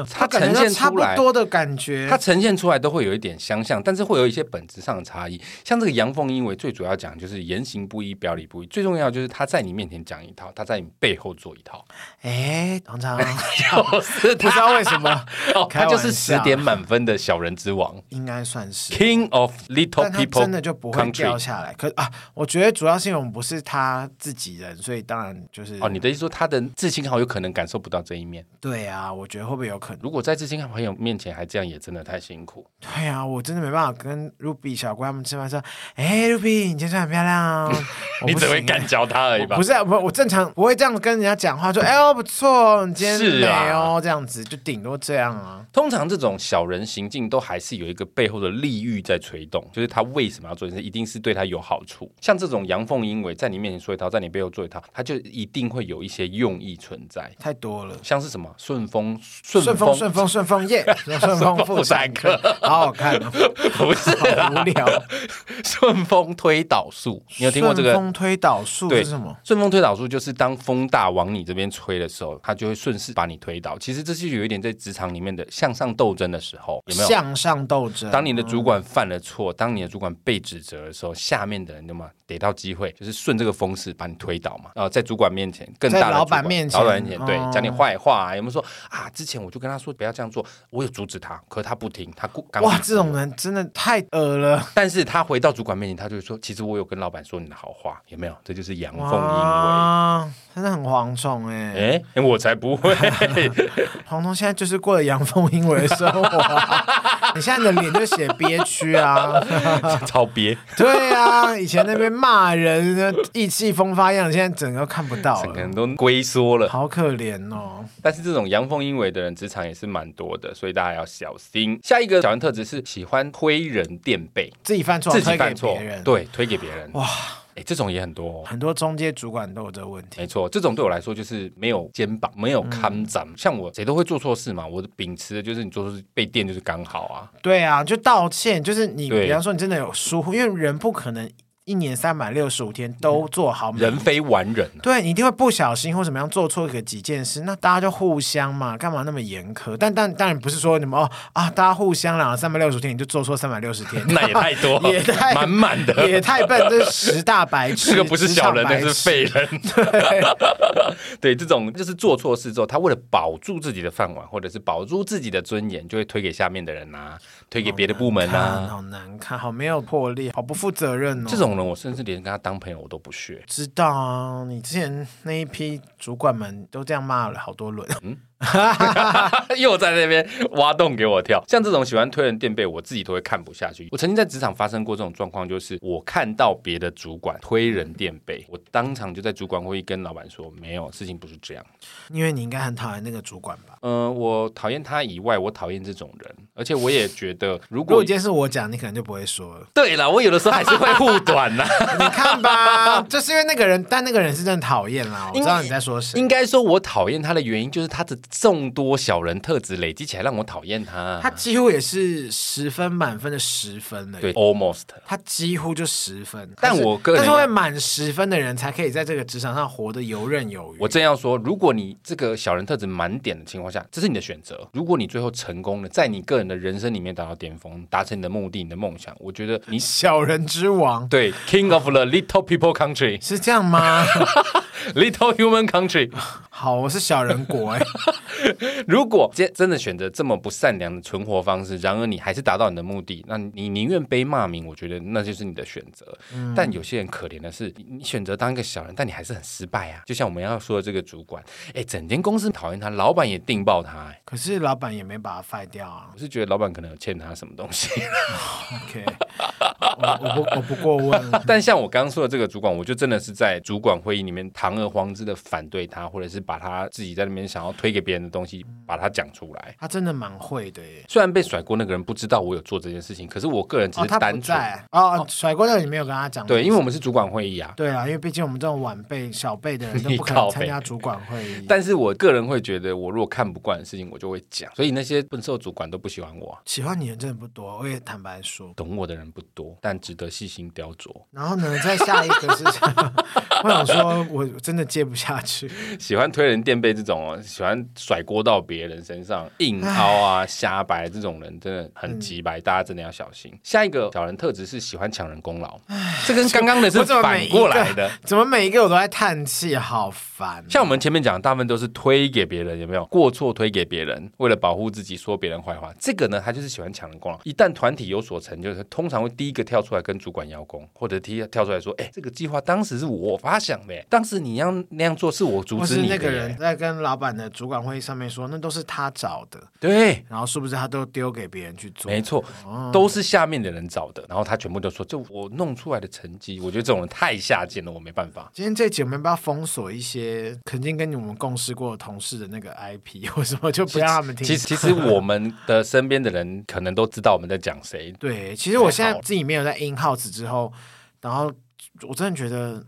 Speaker 2: 它
Speaker 1: 感觉
Speaker 2: 呈
Speaker 1: 都
Speaker 2: 现
Speaker 1: 差
Speaker 2: 出
Speaker 1: 不
Speaker 2: 来。
Speaker 1: 多的感觉
Speaker 2: 它。呈现出来都会有一点相像，但是会有一些本质上的差异。像这个阳奉阴违，最主要讲就是言行不一，表里不一。最重要就是他在你面前讲一套，他在你背后做 一套。
Speaker 1: 哎，常常
Speaker 2: 就是
Speaker 1: 不知道为什么，
Speaker 2: 哦，
Speaker 1: 开
Speaker 2: 他
Speaker 1: 玩笑
Speaker 2: 就是十点满分的小人之王
Speaker 1: 应该算是，
Speaker 2: ，King of
Speaker 1: 但
Speaker 2: Little
Speaker 1: 他真的
Speaker 2: People
Speaker 1: 就不会掉
Speaker 2: Country。
Speaker 1: 下来。可啊，我觉得主要是因为我们不是他自己人，所以当然就是
Speaker 2: 哦，你的意思说他的至亲好友可能感受不到这一面？
Speaker 1: 对啊，我觉得会不会有可能？
Speaker 2: 如果在至亲好朋友面前还这样，也真的太辛苦。
Speaker 1: 对啊，我真的没办法跟 Ruby 小乖他们吃饭说，哎、r u b y 你今天穿很漂亮 哦，我
Speaker 2: 你
Speaker 1: 不
Speaker 2: 只会
Speaker 1: 行
Speaker 2: 干嚼他而已
Speaker 1: 我
Speaker 2: 吧
Speaker 1: 不？是啊，我我正常不会这样子跟人家讲话，说哎呦不错哦，你今天
Speaker 2: 是
Speaker 1: 美
Speaker 2: 啊
Speaker 1: 哦，这样子就顶多这样啊。
Speaker 2: 通常这种小人行径都还是有一个背后的利欲在吹动，就是他为什么要做这件事，一定是对他有好处。像这种阳奉阴违，在你面前说一套，在你背后做一套，他就一定会有一些用意存在。
Speaker 1: 太多了，
Speaker 2: 像是什么顺风
Speaker 1: 顺风顺风顺风 耶，顺风妇产科，好好看哦，
Speaker 2: 不是
Speaker 1: 好无聊。
Speaker 2: 顺风推导术，你有听过这
Speaker 1: 顺
Speaker 2: 个？
Speaker 1: 风推导术
Speaker 2: 对
Speaker 1: 是什么？
Speaker 2: 顺风推导术就是当风大往你这边吹的时候，它就会顺势把你推倒。其实这是有一点在职场里面的向上斗争的时候，有没有？
Speaker 1: 向上斗争。
Speaker 2: 当你的主管犯了错，当你的主管被指责的时候，下面的人就嘛逮到机会，就是顺这个风势把你推倒嘛。呃，在主管面前，更大的
Speaker 1: 在老
Speaker 2: 主管
Speaker 1: 板面前
Speaker 2: 老板面前对
Speaker 1: 哦
Speaker 2: 讲你坏话、啊，有没有说啊？之前我就跟他说不要这样做，我有阻止他，可他不听，他故刚
Speaker 1: 哇，这种人真的太恶了。
Speaker 2: 但是他回到主管面前，他就会说：“其实我有跟老板说你的好话，有没有？这就是阳奉阴
Speaker 1: 哇，真的很蝗虫哎、
Speaker 2: 违。哎、我才不会！
Speaker 1: 黄东现在就是过了阳奉阴违的生 活啊、你现在的脸就写憋屈 啊，
Speaker 2: 超憋，
Speaker 1: 对啊，以前那边骂人意气风发样，现在整个看不到
Speaker 2: 整个
Speaker 1: 了，
Speaker 2: 人都龟缩了。
Speaker 1: 好可怜哦。
Speaker 2: 但是这种阳奉阴违的人，职场也是蛮多的，所以大家要小心。下一个小人特质是喜欢推人垫背，
Speaker 1: 自己犯错
Speaker 2: 自
Speaker 1: 推
Speaker 2: 己
Speaker 1: 给
Speaker 2: 犯错
Speaker 1: 别，人，
Speaker 2: 对，推给别人。哇，哎、这种也很多、哦。”
Speaker 1: 很多中介主管都有这个问题。
Speaker 2: 没错，这种对我来说就是没有肩膀，没有看展。像我谁都会做错事嘛，我秉持的就是你做错事被垫就是刚好啊。
Speaker 1: 对啊，就道歉，就是你，
Speaker 2: 对
Speaker 1: 比方说你真的有疏忽，因为人不可能一年三百六十五天都做好每
Speaker 2: 人非完人 啊，
Speaker 1: 对你一定会不小心或怎么样做错个几件事，那大家就互相嘛，干嘛那么严苛？但但当然不是说你们哦啊，大家互相啦，三百六十天你就做错三百六十 天，
Speaker 2: 那也太多了，
Speaker 1: 也太
Speaker 2: 满满的，
Speaker 1: 也太笨，这是十大白痴，
Speaker 2: 这个不是小
Speaker 1: 职场
Speaker 2: 人，那
Speaker 1: 白
Speaker 2: 是
Speaker 1: 痴。
Speaker 2: 废人。 对，这种就是做错事之后，他为了保住自己的饭碗，或者是保住自己的尊严，就会推给下面的人啊，推
Speaker 1: 哦
Speaker 2: 给别的部门
Speaker 1: 看
Speaker 2: 啊。
Speaker 1: 好难看，好没有魄力，好不负责任哦。
Speaker 2: 这种人，我甚至连跟他当朋友我都不屑。
Speaker 1: 知道啊，你之前那一批主管们都这样骂了好多轮，
Speaker 2: 又在那边挖洞给我跳。像这种喜欢推人垫背，我自己都会看不下去。我曾经在职场发生过这种状况，就是我看到别的主管推人垫背，我当场就在主管会议跟老板说，没有，事情不是这样。
Speaker 1: 因为你应该很讨厌那个主管吧？
Speaker 2: 嗯，我讨厌他以外，我讨厌这种人，而且我也觉得，如
Speaker 1: 如果
Speaker 2: 果。
Speaker 1: 今天是我讲，你可能就不会说了
Speaker 2: 对了，我有的时候还是会护短呐、
Speaker 1: 你看 吧，就是因为那个人，但那个人是真的讨厌啦。我知道你在说谁。
Speaker 2: 应该说，我讨厌他的原因就是他的众多小人特质累积起来，让我讨厌他。
Speaker 1: 他几乎也是十分满分的十分了。
Speaker 2: 对，almost。
Speaker 1: 他几乎就十分，
Speaker 2: 但
Speaker 1: 是
Speaker 2: 我个人啊
Speaker 1: 但是会满十分的人才可以在这个职场上活得游刃有余。
Speaker 2: 我正要说，如果你这个小人特质满点的情况下，这是你的选择。如果你最后成功了，在你个人的人生里面达到巅峰，达成你的目的、你的梦想，我觉得你
Speaker 1: 小人之王
Speaker 2: 对 King of the Little People Country,
Speaker 1: 是这样吗？
Speaker 2: Little Human Country。
Speaker 1: 好，我是小人国哎、
Speaker 2: 如果真真的选择这么不善良的存活方式，然而你还是达到你的目的，那你宁愿被骂名，我觉得那就是你的选择。
Speaker 1: 嗯
Speaker 2: 但有些人可怜的是，你你选择当一个小人，但你还是很失败啊。就像我们要说的这个主管，哎，整间公司讨厌他，老板也定爆他、哎，
Speaker 1: 可是老板也没把他废掉啊。
Speaker 2: 我是觉得老板可能有欠他什么东西。
Speaker 1: OK，我我不我不过问。
Speaker 2: 但像我刚刚说的这个主管，我就真的是在主管会议里面堂而皇之的反对他，或者是把他自己在那边想要推给别人的东西，把它讲出来。
Speaker 1: 他真的蛮会的耶。
Speaker 2: 虽然被甩锅那个人不知道我有做这件事情，可是我个人只
Speaker 1: 哦，
Speaker 2: 是
Speaker 1: 他不
Speaker 2: 单纯、
Speaker 1: 在哦，甩锅的你没有跟他讲。
Speaker 2: 对，因为我们是主管会议啊。
Speaker 1: 对啊，因为毕竟我们这种晚辈、小辈的人都
Speaker 2: 你
Speaker 1: 不可
Speaker 2: 靠
Speaker 1: 能
Speaker 2: 北
Speaker 1: 参加主管会 议。
Speaker 2: 但是我个人会觉得，我如果看不惯的事情，我就会讲。所以那些笨兽主管都不喜欢我，啊
Speaker 1: 喜欢你的人真的不多，我也坦白说。
Speaker 2: 懂我的人不多，但值得细心雕琢。
Speaker 1: 然后呢，再下一个是， 我想说，我真的接不下去。
Speaker 2: 喜欢推人垫背这种哦，喜欢甩锅到别人身上，硬凹啊、瞎掰这种人真的
Speaker 1: 嗯
Speaker 2: 很急白，大家真的要小心。下一个小人特质是喜欢抢人功劳，这跟刚刚的是
Speaker 1: 我怎么每
Speaker 2: 反
Speaker 1: 一
Speaker 2: 过
Speaker 1: 个
Speaker 2: 来的。
Speaker 1: 怎么每一个我都在叹气，好烦。哦
Speaker 2: 像我们前面讲的，大部分都是推给别人，有没有过错推给别人，为了保护自己说别人坏话。这个呢，他就是喜欢抢人功劳。一旦团体有所成就，他通常会第一个跳出来跟主管邀功，或者第一跳出来说：“哎、这个计划当时是我发想的，当时你要那样做是我阻
Speaker 1: 或
Speaker 2: 止
Speaker 1: 是
Speaker 2: 你的。”
Speaker 1: 那个人，在跟老板的主管会议上面说，那都是他找的，
Speaker 2: 对，
Speaker 1: 然后是不是他都丢给别人去做？
Speaker 2: 没错，都是下面的人找的，然后他全部都说：“这我弄出来的成绩，我觉得这种人太下贱了，我没办法。”
Speaker 1: 今天这集我们要不要封锁一些曾经跟我们共事过的同事的那个 IP 或什么，就不让他们听？
Speaker 2: 其实，其实我们的身边的人可能都知道我们在讲谁，
Speaker 1: 对，其实我现在自己没有在 in house 之后，然后我真的觉得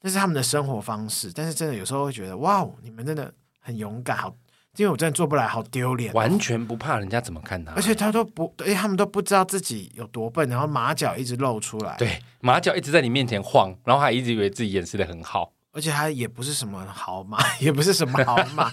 Speaker 1: 那是他们的生活方式，但是真的有时候会觉得，哇哦，你们真的很勇敢，好，因为我真的做不来，好丢脸哦、
Speaker 2: 完全不怕人家怎么看他
Speaker 1: 而。且他都不，而且他们都不知道自己有多笨，然后马脚一直露出来，，
Speaker 2: 对，马脚一直在你面前晃，然后还一直以为自己掩饰的很好，
Speaker 1: 而且他也不是什么好马， 也不是什么好 马，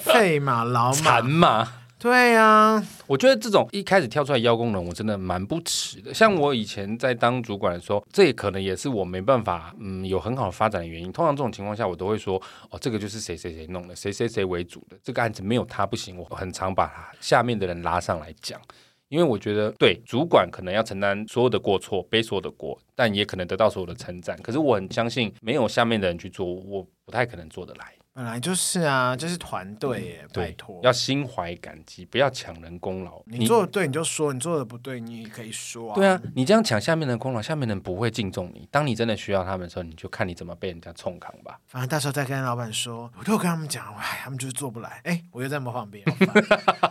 Speaker 1: 废马、老哦马
Speaker 2: 惨，嘛。
Speaker 1: 对呀、啊，
Speaker 2: 我觉得这种一开始跳出来邀功人，我真的蛮不耻的。像我以前在当主管的时候，这也可能也是我没办法，嗯，有很好的发展的原因。通常这种情况下，我都会说，哦，这个就是谁谁谁弄的，谁谁谁为主的，这个案子没有他不行。我很常把他下面的人拉上来讲，因为我觉得对主管可能要承担所有的过错，背所有的锅，但也可能得到所有的称赞。可是我很相信，没有下面的人去做，我不太可能做得来。
Speaker 1: 本来就是啊，就是团队耶，拜托。
Speaker 2: 嗯要心怀感激，不要抢人功劳。
Speaker 1: 你做的对你就说，你做的不对你也可以说啊。
Speaker 2: 对啊，你这样抢下面的功劳，下面的人不会敬重你。当你真的需要他们的时候，你就看你怎么被人家冲扛吧。
Speaker 1: 反正到时候再跟老板说，
Speaker 2: 嗯
Speaker 1: 我都跟他们讲，哎，他们就是做不来。哎，我又在模仿别人，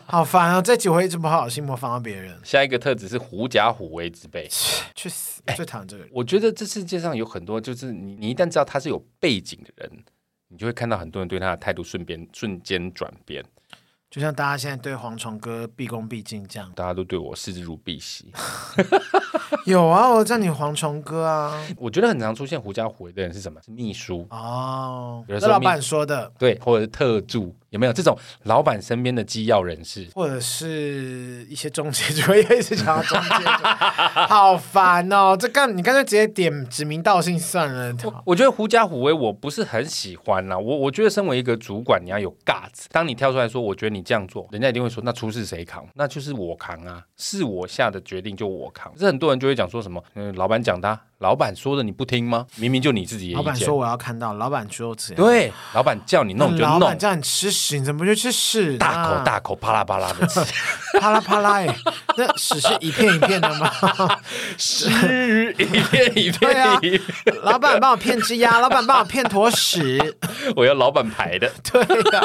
Speaker 1: 好烦 好烦啊！这集我会一直不好心模仿到别人，
Speaker 2: 下一个特质是狐假虎威之辈。
Speaker 1: 去死！
Speaker 2: 哎
Speaker 1: 最讨厌这个人。
Speaker 2: 我觉得这世界上有很多，就是你你一旦知道他是有背景的人，你就会看到很多人对他的态度瞬变瞬间转变。，
Speaker 1: 就像大家现在对蝗虫哥毕恭毕敬这样
Speaker 2: 大家都对我视之如敝屣。
Speaker 1: 有啊，我叫你蝗虫哥啊。
Speaker 2: 我觉得很常出现狐假虎威的人是什么？是秘书。
Speaker 1: 哦，
Speaker 2: 有的
Speaker 1: 这
Speaker 2: 时候
Speaker 1: 老
Speaker 2: 面
Speaker 1: 板说的，
Speaker 2: 对，或者是特助有没有这种老板身边的机要人士？
Speaker 1: 或者是一些中介主义，一直讲到中介 主义，好烦哦！这干你干脆直接点指名道姓算了。
Speaker 2: 我我觉得狐假虎威我不是很喜欢啦，我我觉得身为一个主管，你要有 guts。当你跳出来说，我觉得你这样做，人家一定会说，那出事谁扛？那就是我扛啊，是我下的决定就我扛。可是很多人就会讲说什么，嗯，老板讲他，老板说的你不听吗？明明就你自己的
Speaker 1: 老
Speaker 2: 意
Speaker 1: 板
Speaker 2: 见
Speaker 1: 说。我要看到，老板说这样，
Speaker 2: 对，老板叫你弄你就
Speaker 1: 老
Speaker 2: 弄
Speaker 1: 板，叫你吃屎，你怎么不去吃屎呢？啊
Speaker 2: 大口大口啪啦啪啦的吃。
Speaker 1: 啪啦啪啦、欸，那屎是一片一片的吗？
Speaker 2: 是一片一
Speaker 1: 对啊
Speaker 2: 片一片，
Speaker 1: 老板帮我骗只鸭，老板帮我骗坨屎。
Speaker 2: 我要老板牌的。
Speaker 1: 对呀、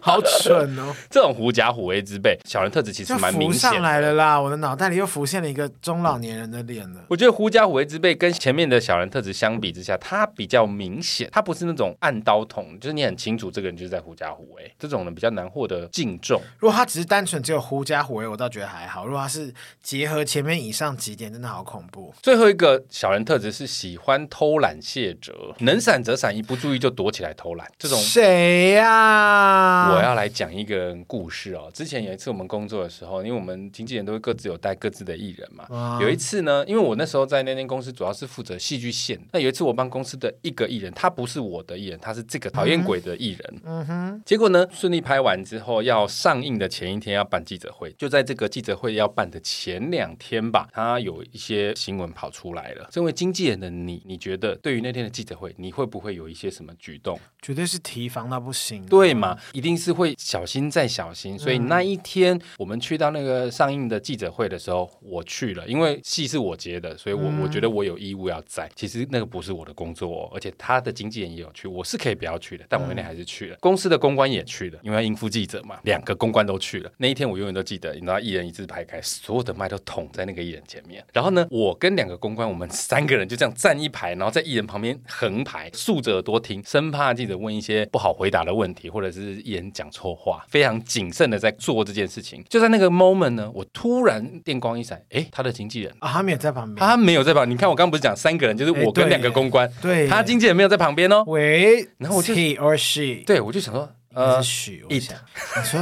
Speaker 1: 好蠢 哦！
Speaker 2: 这种狐假虎威之辈，小人特质其实
Speaker 1: 就
Speaker 2: 蛮明
Speaker 1: 浮
Speaker 2: 显
Speaker 1: 上
Speaker 2: 的。
Speaker 1: 来了啦，我的脑袋里又浮现了一个中老年人的脸了。
Speaker 2: 我觉得狐假虎威之辈跟前面的小人特质相比之下，他比较明显，他不是那种暗刀捅，就是你很清楚这个人就是在狐假虎威，这种人比较难获得敬重。
Speaker 1: 如果他只是单纯只有狐假虎威，我倒觉得还好。如果他是结合前面以上几点，真的好恐怖。
Speaker 2: 最后一个小人特质是喜欢偷懒卸责，能闪则闪，一不注意就躲起来偷懒。这种
Speaker 1: 谁呀、
Speaker 2: 我要来讲一个故事哦。之前有一次我们工作的时候，因为我们经纪人都会各自有带各自的艺人嘛。
Speaker 1: 哇
Speaker 2: 有一次呢，因为我那时候在那间公司主要是负责戏剧线，那有一次我帮公司的一个艺人，他不是我的艺人，他是这个讨厌鬼的艺人。
Speaker 1: 嗯哼，
Speaker 2: 结果呢，顺利拍完之后，要上映的前一天要办记者会，就在这个记者会要办的前两天吧，他有一些新闻跑出来了。身为经纪人的你，你觉得对于那天的记者会，你会不会有一些什么举动？
Speaker 1: 绝对是提防到不行。
Speaker 2: 对嘛，一定是会小心再小心。所以那一天我们去到那个上映的记者会的时候，我去了，因为戏是我接的，所以我、我觉得我有义务要在。其实那个不是我的工作、哦，而且他的经纪人也有去，我是可以不要去的，但我那天还是去了。公司的公关也去了，因为要应付记者嘛，两个公关都去了。那一天我永远都记得，你知道，一人一字排开，所有的麦都捅在那个艺人前面。然后呢，我跟两个公关，我们三个人就这样站一排，然后在艺人旁边横排，竖着耳朵听，生怕记者问一些不好回答的问题，或者是艺人讲错话，非常谨慎的在做这件事情。就在那个 moment 呢，我突然电光一闪，诶，他的经纪人。
Speaker 1: 啊，他们也在旁边。
Speaker 2: 他没有在旁，你看我刚刚不是讲三个人，就是
Speaker 1: 诶
Speaker 2: 我跟
Speaker 1: 哎对
Speaker 2: 两个
Speaker 1: 耶
Speaker 2: 公关，
Speaker 1: 对耶
Speaker 2: 他经纪人没有在旁边哦。
Speaker 1: 喂，
Speaker 2: 然后我就
Speaker 1: he or she，，
Speaker 2: 对，我就想说，
Speaker 1: 呃，
Speaker 2: 呃，
Speaker 1: 许，我
Speaker 2: it
Speaker 1: 想，我 说，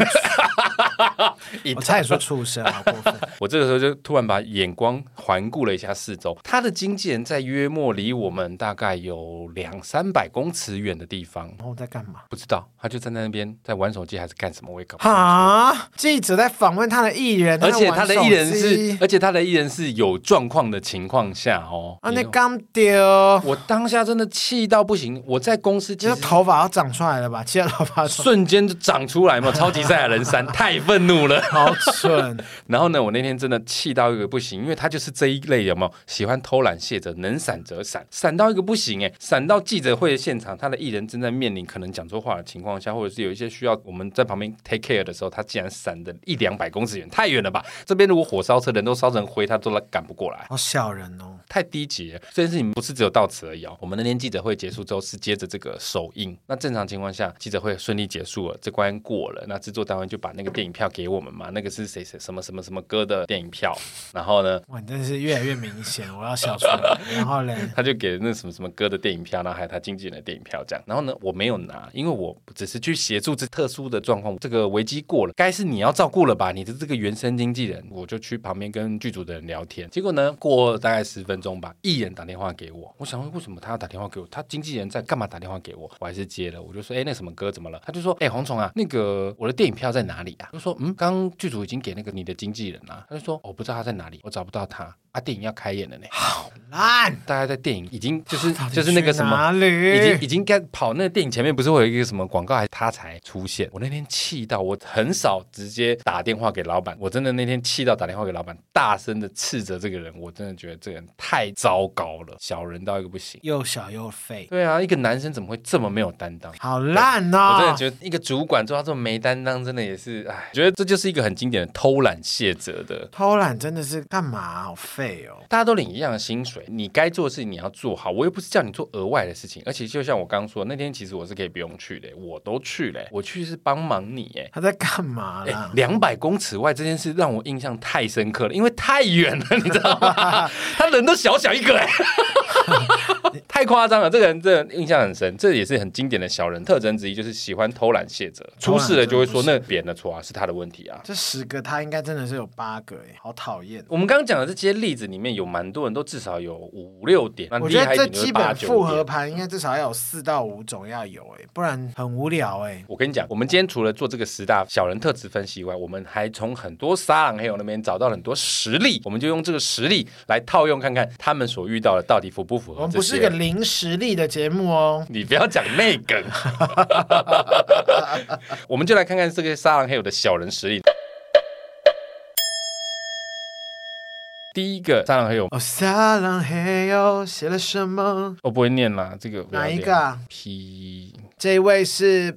Speaker 1: 我差点说畜生，好过 分。
Speaker 2: 我这个时候就突然把眼光环顾了一下四周，他的经纪人在约莫离我们大概有两三百公尺远的地方，
Speaker 1: 然后在干嘛？
Speaker 2: 不知道他就站在那边在玩手机还是干什么，我也搞不清楚。
Speaker 1: 啊！记者在访问他的艺人，
Speaker 2: 而且
Speaker 1: 在玩
Speaker 2: 他的艺人
Speaker 1: 手
Speaker 2: 是
Speaker 1: 机，
Speaker 2: 而且他的艺人是有状况的情况下哦。
Speaker 1: 啊，
Speaker 2: 你
Speaker 1: 那
Speaker 2: 懂
Speaker 1: 刚丢，
Speaker 2: 我当下真的气到不行，我在公司其
Speaker 1: 这
Speaker 2: 实
Speaker 1: 头发要长出来了 吧？其他头发长
Speaker 2: 瞬间就长出来嘛，超级赛亚 人三，太愤怒了。
Speaker 1: 好蠢，
Speaker 2: 然后呢，我那天真的气到一个不行，因为他就是这一类有没有喜欢偷懒卸责，能闪则闪，闪到一个不行哎，闪到记者会的现场，他的艺人正在面临可能讲错话的情况下，或者是有一些需要我们在旁边 take care 的时候，他竟然闪的一两百公尺远，太远了吧？这边如果火烧车，人都烧成灰，他都赶不过来。
Speaker 1: 好小人哦。
Speaker 2: 太低级了。这件事情不是只有到此而已哦。我们那天记者会结束之后是接着这个首映，那正常情况下记者会顺利结束了，这关过了，那制作单位就把那个电影票给我们嘛，那个是谁谁什么什么什么歌的电影票，然后呢？
Speaker 1: 哇，你真的是越来越明显，我要笑出来。然后嘞，
Speaker 2: 他就给那什么什么歌的电影票，然后还有他经纪人的电影票这样。然后呢，我没有拿，因为我只是去协助这特殊的状况，这个危机过了，该是你要照顾了吧？你的这个原生经纪人，我就去旁边跟剧组的人聊天。结果呢，过大概十分钟吧，艺人打电话给我，我想问为什么他要打电话给我？他经纪人在干嘛打电话给我？我还是接了，我就说，哎、那什么歌怎么了？他就说，哎、黄虫啊，那个我的电影票在哪里啊？我就说，嗯，刚刚剧组已经给那个你的经纪人了、他就说，哦我、不知道他在哪里，我找不到他啊，电影要开演了呢。
Speaker 1: 烂，
Speaker 2: 大家在电影已经 就是
Speaker 1: 到底
Speaker 2: 就是那个
Speaker 1: 去
Speaker 2: 什么。
Speaker 1: 哪
Speaker 2: 已经
Speaker 1: 里？
Speaker 2: 已经该跑那个电影前面，不是会有一个什么广告，还他才出现。我那天气到，我很少直接打电话给老板，我真的那天气到打电话给老板，大声的斥责这个人，我真的觉得这个人太糟糕了，小人到一个不行。
Speaker 1: 又小又废，
Speaker 2: 对啊，一个男生怎么会这么没有担当？
Speaker 1: 好烂哦！
Speaker 2: 我真的觉得一个主管做到这么没担当，真的也是，哎，觉得这就是一个很经典的偷懒卸责的
Speaker 1: 偷懒真的是干嘛？好废哦！
Speaker 2: 大家都领一样的薪水，你该做的事情你要做好。我又不是叫你做额外的事情，而且就像我刚刚说，那天其实我是可以不用去的，我都去了，我去是帮忙你，哎。
Speaker 1: 他在干嘛啦？
Speaker 2: 两百公尺外这件事让我印象太深刻了，因为太远了， 你知道 吗？他人都小小一个、哎，太夸张了。这个人真的印象很深，这也是很经典的小人特征之一，就是喜欢偷懒卸责。
Speaker 1: 偷懒
Speaker 2: 出事了就会说
Speaker 1: 真
Speaker 2: 那别人的错啊，是他的问题啊。
Speaker 1: 这十个他应该真的是有八个哎，好讨厌。
Speaker 2: 我们刚刚讲的这些例子里面，有蛮多人都至少有五六点，那
Speaker 1: 我
Speaker 2: 厉
Speaker 1: 觉得
Speaker 2: 害一
Speaker 1: 这
Speaker 2: 点就是
Speaker 1: 基
Speaker 2: 八
Speaker 1: 本
Speaker 2: 九
Speaker 1: 复
Speaker 2: 点
Speaker 1: 合盘应该至少要有四到五种要有哎，不然很无聊哎。
Speaker 2: 我跟你讲，我们今天除了做这个十大小人特质分析以外，我们还从很多沙朗黑友那边找到了很多实例，我们就用这个实例来套用看看他们所遇到的到底符不符
Speaker 1: 我
Speaker 2: 合
Speaker 1: 们
Speaker 2: 这
Speaker 1: 不是个
Speaker 2: 些。
Speaker 1: 零实力的节目哦。
Speaker 2: 你不要讲内 梗，我们就来看看这个沙朗黑友的小人实力。第一个沙朗黑有
Speaker 1: 哦，撒浪嘿哟，写了什么？
Speaker 2: 我不会念啦，这个不要
Speaker 1: 哪一
Speaker 2: 念
Speaker 1: 个啊
Speaker 2: ？P
Speaker 1: 这一位是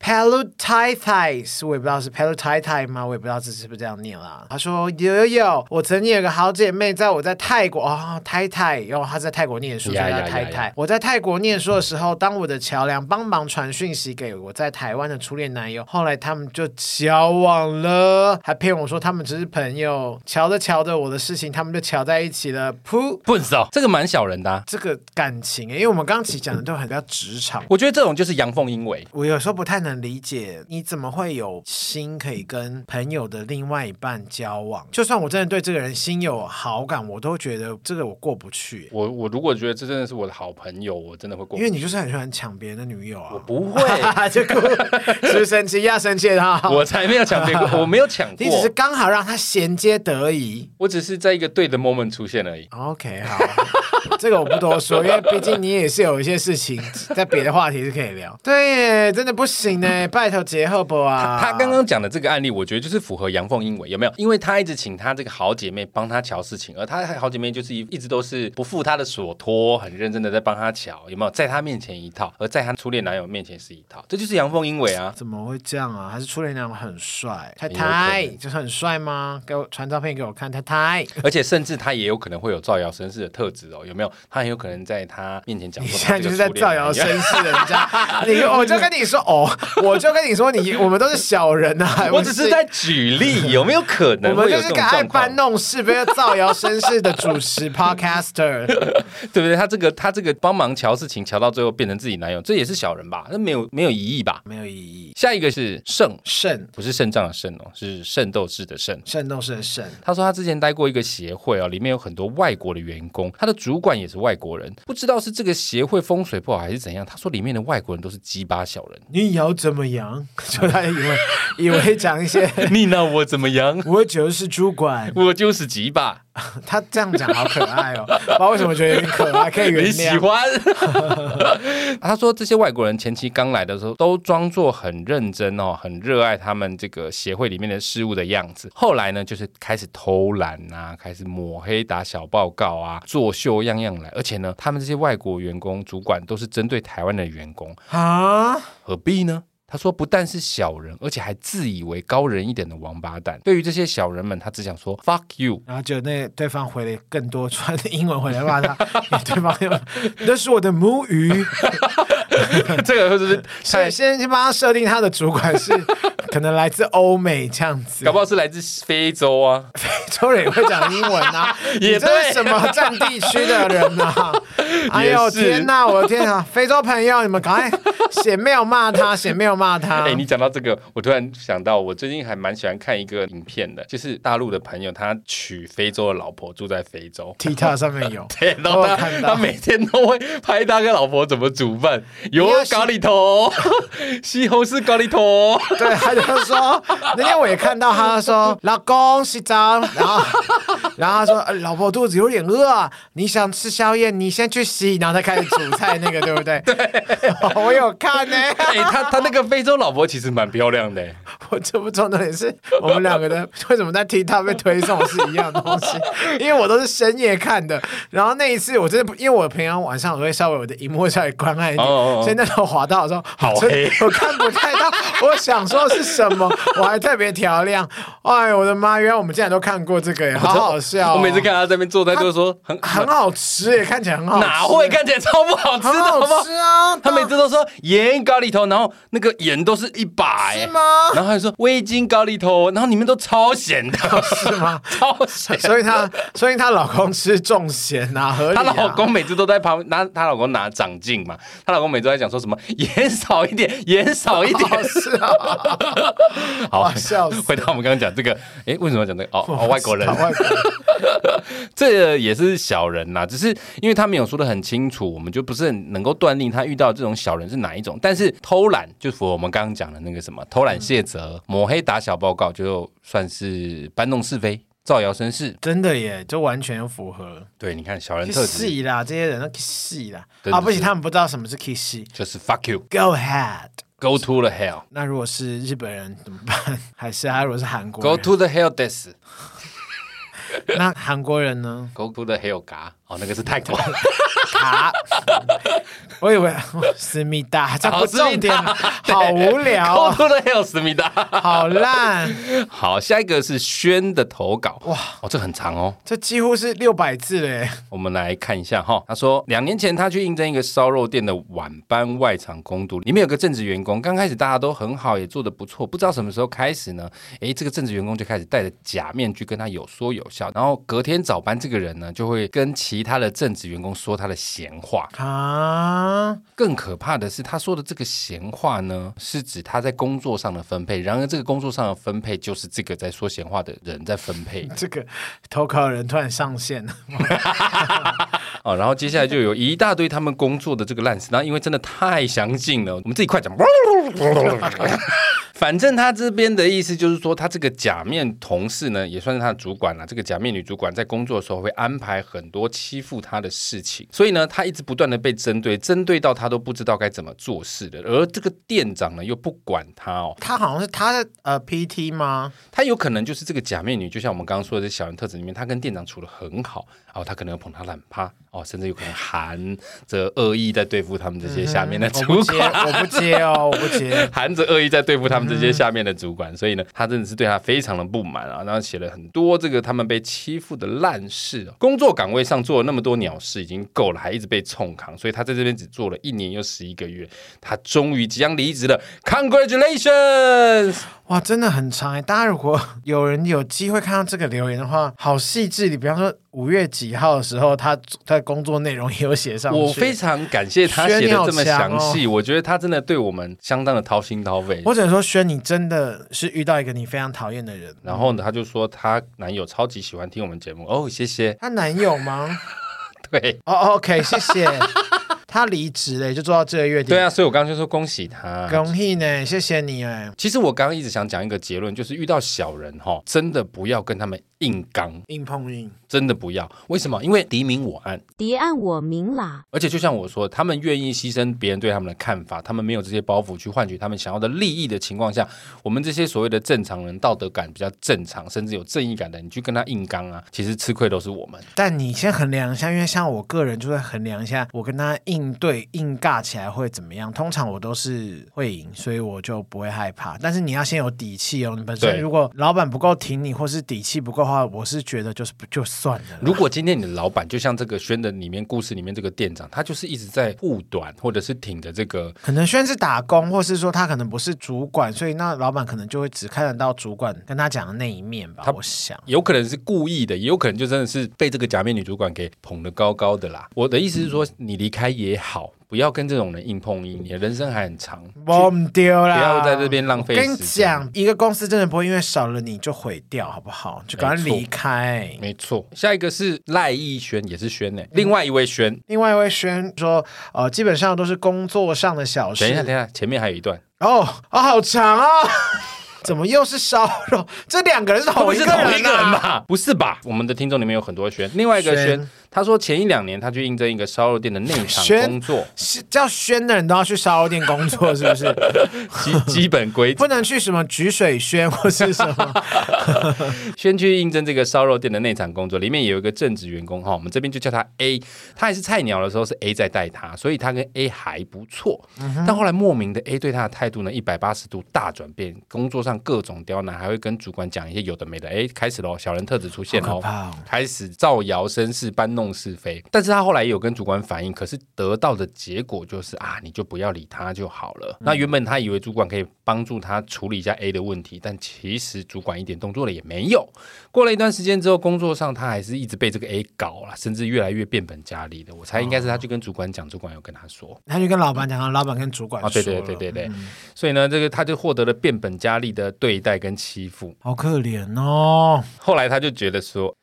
Speaker 1: Pelutitis，我也不知道是 Pelutitis 吗？我也不知道这是不是这样念啦。他说有有有，我曾经有个好姐妹，在我在泰国哦，太太，然后她在泰国念书，所以叫
Speaker 2: 呀呀
Speaker 1: 太
Speaker 2: 呀
Speaker 1: 太
Speaker 2: 呀。
Speaker 1: 我在泰国念书的时候，当我的桥梁帮忙传讯息给我在台湾的初恋男友，后来他们就交往了，还骗我说他们只是朋友，瞧着瞧着我的事情，他们就瞧在一起了，噗。
Speaker 2: 笨手， 这个蛮小人的啊、
Speaker 1: 这个感情、因为我们刚刚其实讲的都很比较职场，
Speaker 2: 我觉得这种就是阳奉阴违。
Speaker 1: 我有时候不太能理解，你怎么会有心可以跟朋友的另外一半交往？就算我真的对这个人心有好感，我都觉得这个我过不去，
Speaker 2: 我我如果觉得这真的是我的好朋友，我真的会过
Speaker 1: 因为你就是很喜欢抢别人的女友
Speaker 2: 我
Speaker 1: 啊。
Speaker 2: 不会，
Speaker 1: 啊，这个 是不是生气要生气了哈。
Speaker 2: 我才没有抢别 过，我没有抢过
Speaker 1: 你，只是刚好让他衔接得宜。
Speaker 2: 我只是在一个对的 moment 出现而已。
Speaker 1: OK，好， 这个我不多说，因为毕竟你也是有一些事情在别的话题是可以聊。对耶，真的不行呢，拜托杰赫伯啊。
Speaker 2: 他刚刚讲的这个案例，我觉得就是符合阳奉阴违，有没有？因为他一直请他这个好姐妹帮他瞧事情，而他的好姐妹就是一一直都是不负他的所托，很认真的在帮他瞧，有没有？在他面前一套，而在他初恋男友面前是一套，这就是阳奉阴违啊！
Speaker 1: 怎么会这样啊？还是初恋男友很帅，太
Speaker 2: 有可能
Speaker 1: 太就是很帅吗？给我传照片给我看，太 太。
Speaker 2: 而且甚至他也有可能会有造谣生事的特质哦，有没有？他很有可能在他面前讲
Speaker 1: 你
Speaker 2: 说
Speaker 1: 现
Speaker 2: 他
Speaker 1: 在
Speaker 2: 这
Speaker 1: 就
Speaker 2: 个
Speaker 1: 是在
Speaker 2: 初恋
Speaker 1: 造谣
Speaker 2: 男友
Speaker 1: 生事人家， 你我就跟你说哦，我就跟你说你我们都是小人啊，
Speaker 2: 我只是在举 例，有没有可
Speaker 1: 我
Speaker 2: 能
Speaker 1: 们
Speaker 2: 会
Speaker 1: 就
Speaker 2: 有
Speaker 1: 是
Speaker 2: 这种
Speaker 1: 个爱
Speaker 2: 状况
Speaker 1: 搬？弄是非、造谣生事的主持 podcaster。
Speaker 2: 对不对？他这个他这个帮忙瞧事情，瞧到最后变成自己男友，这也是小人吧？那没有没有疑义吧？
Speaker 1: 没有意义。
Speaker 2: 下一个是圣，
Speaker 1: 肾
Speaker 2: 不是肾脏的肾哦，是圣斗士的圣。
Speaker 1: 肾都是肾，
Speaker 2: 他说他之前待过一个协会哦，里面有很多外国的员工，他的主管也是外国人，不知道是这个协会风水不好还是怎样。他说里面的外国人都是鸡巴小人，
Speaker 1: 你要怎么样？ 就他以为以为讲一些，
Speaker 2: 你拿我怎么样？
Speaker 1: 我就是主管。
Speaker 2: 我就是鸡巴，
Speaker 1: 他这样讲好可爱哦，不知道为什么觉得有点可爱，可以原
Speaker 2: 你喜
Speaker 1: 谅。
Speaker 2: 欢？啊他说这些外国人前期刚来的时候都装作很认真哦，很热爱他们这个协会里面的事物的样子。后来呢，就是开始偷懒啊，开始抹黑、打小报告啊，作秀样样来。而且呢，他们这些外国员工主管都是针对台湾的员工，
Speaker 1: 啊，
Speaker 2: 何必呢？他说，不但是小人，而且还自以为高人一等的王八蛋。对于这些小人们，他只想说 “fuck you”。
Speaker 1: 然后就那个对方回了更多穿英文回来骂 他，对方又那是我的母语。
Speaker 2: 这个是不是
Speaker 1: 所以
Speaker 2: 太
Speaker 1: 先先帮他设定他的主管 是可能来自欧美这样子
Speaker 2: 搞，不好是来自非洲啊？
Speaker 1: 周磊会讲英文啊，
Speaker 2: 也
Speaker 1: 你这是
Speaker 2: 对
Speaker 1: 什么占地区的人 啊？哎呦
Speaker 2: 也是
Speaker 1: 天哪，我的天 啊！非洲朋友，你们赶快写 mail 骂他，写 mail 骂他。
Speaker 2: 哎、你讲到这个，我突然想到，我最近还蛮喜欢看一个影片的，就是大陆的朋友他娶非洲的老婆，住在非洲。
Speaker 1: TikTok 上面有，
Speaker 2: 对，然后
Speaker 1: 我有
Speaker 2: 他
Speaker 1: 看到
Speaker 2: 他每天都会拍他跟老婆怎么煮饭，有
Speaker 1: 你要是
Speaker 2: 咖喱头， 西红柿咖喱头，
Speaker 1: 对，他就说，那天我也看到他说，老公洗澡，然后，然后他说，呃老婆肚子有点饿啊，你想吃宵夜，你先去洗，然后再开始煮菜，那个对不对？对， 我有看呢、
Speaker 2: 哎、他他那个非洲老婆其实蛮漂亮的、
Speaker 1: 我这不重点是我们两个的为什么在 TikTok 被推送是一样的东 西，因为我都是深夜看的，然后那一次我真的不，因为我平常晚上我会稍微我的荧幕会稍微关暗一点，
Speaker 2: 哦哦哦
Speaker 1: 所以那时候滑到的时候
Speaker 2: 好
Speaker 1: 我真
Speaker 2: 黑
Speaker 1: 我看不太到，我想说是什 么，我还特别调亮，哎呦我的妈，原来我们竟然都看过这个耶，好好笑、
Speaker 2: 哦
Speaker 1: 哦
Speaker 2: 我每次看，他在那边做菜，就说很
Speaker 1: 很好吃耶，看起来很好吃，
Speaker 2: 哪会看起来超不好吃的，哦
Speaker 1: 很
Speaker 2: 好不
Speaker 1: 好
Speaker 2: 好？
Speaker 1: 吃啊，
Speaker 2: 他每次都说盐高丽头，然后那个盐都是一把、欸，
Speaker 1: 是吗
Speaker 2: 然后还说味精高丽头，然后你们都超咸的，
Speaker 1: 是吗？
Speaker 2: 超咸。
Speaker 1: 所以她，所以她老公吃重咸呐、啊，合理、
Speaker 2: 她
Speaker 1: 啊。
Speaker 2: 老公每次都在旁拿她老公拿长镜嘛，她老公每次都在讲说什么盐少一点，盐少一点。
Speaker 1: 哦， 是啊，
Speaker 2: 好，
Speaker 1: 笑死
Speaker 2: 回到我们刚刚讲这个，诶，为什么要讲这个？ 哦，哦外国人
Speaker 1: 好，外国人
Speaker 2: 这也是小人呐、只是因为他没有说的很清楚，我们就不是很能够断定他遇到这种小人是哪一种。但是偷懒就符合我们刚刚讲的那个什么偷懒卸责、抹黑打小报告，就算是搬弄是非、造谣生事。
Speaker 1: 真的耶，就完全符合
Speaker 2: 对，你看小人特质
Speaker 1: kiss 啦，这些人都 kiss 啦
Speaker 2: 真的
Speaker 1: 啊，不行，
Speaker 2: 是
Speaker 1: 他们不知道什么是 kiss。
Speaker 2: 就是 fuck you,
Speaker 1: Go ahead。
Speaker 2: go to the hell,
Speaker 1: 那如果 是日本人怎么办？还是他如果是韩国
Speaker 2: go
Speaker 1: 人
Speaker 2: to the hell death。
Speaker 1: 那韩国人呢？
Speaker 2: 狗哭的还有嘎哦，那个是泰国，
Speaker 1: 卡，我以为 思密达，这不
Speaker 2: 好思密
Speaker 1: 重点，
Speaker 2: 达
Speaker 1: 好无聊
Speaker 2: 狗
Speaker 1: 哦，
Speaker 2: 哭的还有思密达。
Speaker 1: 好烂，
Speaker 2: 好，下一个是轩的投稿，哇，哦，这很长哦。
Speaker 1: 这几乎是六百字嘞。
Speaker 2: 我们来看一下哈，他说两年前他去应征一个烧肉店的晚班外场工读，里面有个正职员工，刚开始大家都很好，也做得不错，不知道什么时候开始呢？诶，这个正职员工就开始戴着假面具跟他有说有笑，然后隔天早班这个人呢就会跟其他的正职员工说他的闲话，
Speaker 1: 啊，
Speaker 2: 更可怕的是，他说的这个闲话呢，是指他在工作上的分配。然而，这个工作上的分配就是这个在说闲话的人在分配
Speaker 1: 这个投稿人突然上线了，
Speaker 2: 哦。然后接下来就有一大堆他们工作的这个烂事。然后因为真的太详尽了，我们自己快讲。反正他这边的意思就是说，他这个假面同事呢，也算是他的主管啦。这个假面女主管在工作的时候会安排很多欺负他的事情，所以呢，他一直不断的被针对，针对到他都不知道该怎么做事了。而这个店长呢，又不管他哦，
Speaker 1: 他好像是他的呃 PT 吗？
Speaker 2: 他有可能就是这个假面女，就像我们刚刚说的《小人特质》里面，她跟店长处的很好，哦，她可能有捧她懒趴，哦，甚至有可能含着恶意在对付他们这些下面的
Speaker 1: 嗯我
Speaker 2: 主
Speaker 1: 不
Speaker 2: 管。
Speaker 1: 接，我不接哦，我不接。
Speaker 2: 含着恶意在对付他们这些下面的主管，所以呢，他真的是对他非常的不满啊，然后写了很多这个他们被欺负的烂事、哦，工作岗位上做了那么多鸟事已经够了，还一直被冲扛，所以他在这边只做了一年又十一个月，他终于即将离职了，Congratulations！
Speaker 1: 哇，真的很长哎！大家如果 有人有机会看到这个留言的话，好细致。你比方说五月几号的时候，他他工作内容也有写上去。
Speaker 2: 我非常感谢他写的这么详
Speaker 1: 轩
Speaker 2: 细，我觉得他真的对我们相当的掏心掏肺。
Speaker 1: 我只能说，轩，你真的是遇到一个你非常讨厌的人。
Speaker 2: 然后呢，他就说他男友超级喜欢听我们节目哦，谢谢。
Speaker 1: 她男友吗？
Speaker 2: 对
Speaker 1: 哦、o k 谢谢。 他离职嘞，就做到这个月底。
Speaker 2: 对啊，所以我刚刚就说恭喜他，
Speaker 1: 恭喜呢，谢谢你哎。
Speaker 2: 其实我刚刚一直想讲一个结论，就是遇到小人哈，真的不要跟他们硬刚，
Speaker 1: 硬碰硬，
Speaker 2: 真的不要。为什么？因为敌明我暗，
Speaker 3: 敌暗我明啦。
Speaker 2: 而且就像我说，他们愿意牺牲别人对他们的看法，他们没有这些包袱去换取他们想要的利益的情况下，我们这些所谓的正常人，道德感比较正常，甚至有正义感的人，你去跟他硬刚啊，其实吃亏都是我们。
Speaker 1: 但你先衡量一下，因为像我个人就会衡量一下，我跟他应对硬尬起来会怎么样。通常我都是会赢，所以我就不会害怕。但是你要先有底气哦。你本身
Speaker 2: 对
Speaker 1: 如果老板不够挺你，或是底气不够的话，我是觉得就是就算了啦。
Speaker 2: 如果今天你的老板就像这个宣的里面故事里面这个店长，他就是一直在护短，或者是挺着这个
Speaker 1: 可能轩是打工，或是说他可能不是主管，所以那老板可能就会只看得到主管跟他讲的那一面吧
Speaker 2: 他。
Speaker 1: 我想，
Speaker 2: 有可能是故意的，也有可能就真的是被这个假面女主管给捧得高高的啦。我的意思是说，你离开也好，不要跟这种人硬碰硬，你的人生还很长。
Speaker 1: 我们丢啦，
Speaker 2: 不要在这边浪费
Speaker 1: 啊我跟你
Speaker 2: 时间
Speaker 1: 讲，一个公司真的不会因为少了你就毁掉，好不好？就赶快
Speaker 2: 没错
Speaker 1: 离开。
Speaker 2: 没错，下一个是赖逸轩，也是轩呢、另外一位轩，
Speaker 1: 另外一位轩说，呃，基本上都是工作上的小事。
Speaker 2: 等一下，等一下，前面还有一段，
Speaker 1: 哦，哦，好长啊、 怎么又是烧肉？这两个人
Speaker 2: 哦
Speaker 1: 是同一个人、啊、
Speaker 2: 会不会是吧？不是吧？我们的听众里面有很多轩，另外一个轩
Speaker 1: 轩，
Speaker 2: 他说前一两年他去应征一个烧肉店的内场
Speaker 1: 轩
Speaker 2: 工作，
Speaker 1: 是叫轩的人都要去烧肉店工作，是不 是？
Speaker 2: 基基本规则
Speaker 1: 不能去什么菊水轩或是什 么？
Speaker 2: 先去应征这个烧肉店的内场工作，里面有一个正职员工哈，我们这边就叫他 A，他还是菜鸟的时候是 A 在带他，所以他跟 A 还不错。
Speaker 1: 嗯
Speaker 2: 但后来莫名的 A 对他的态度呢一百八十度大转变，工作上各种刁难，还会跟主管讲一些有的没的。哎，开始喽，小人特质出现
Speaker 1: 好
Speaker 2: 喽
Speaker 1: 可怕哦，
Speaker 2: 开始造谣生事，搬弄是非。但是他后来也有跟主管反映，可是得到的结果就是啊，你就不要理他就好了。
Speaker 1: 嗯
Speaker 2: 那原本他以为主管可以帮助他处理一下 A 的问题，但其实主管一点动作了也没有。过了一段时间之后，工作上他还是一直被这个 A 搞了，甚至越来越变本加厉的。我猜应该是他去跟主管讲，主管有跟他说。
Speaker 1: 他就跟老板讲，然后老板跟主管
Speaker 2: 啊，
Speaker 1: 说
Speaker 2: 对
Speaker 1: 了、嗯
Speaker 2: 对对对对，所以呢，这个他就获得了变本加厉的对待跟欺负。
Speaker 1: 好可怜哦。
Speaker 2: 后来他就觉得说，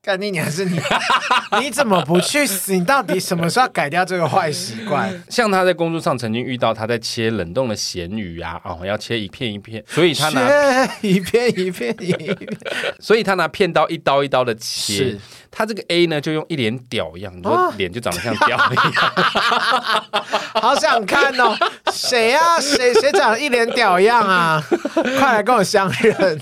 Speaker 1: 干你娘是你， 你怎么不去死？你到底什么时候要改掉这个坏习 惯？
Speaker 2: 像他在工作上曾经遇到他在切冷冻的咸鱼啊，哦，要切一片一片，所以他拿
Speaker 1: 切一片一片一片，
Speaker 2: 所以他拿片刀一刀一刀的切
Speaker 1: 是。啊
Speaker 2: 他这个 A 呢，就用一脸屌一样，你说脸就长得像屌一样。
Speaker 1: 好想看哦！谁啊？谁谁长得一脸屌样啊？快来跟我相认！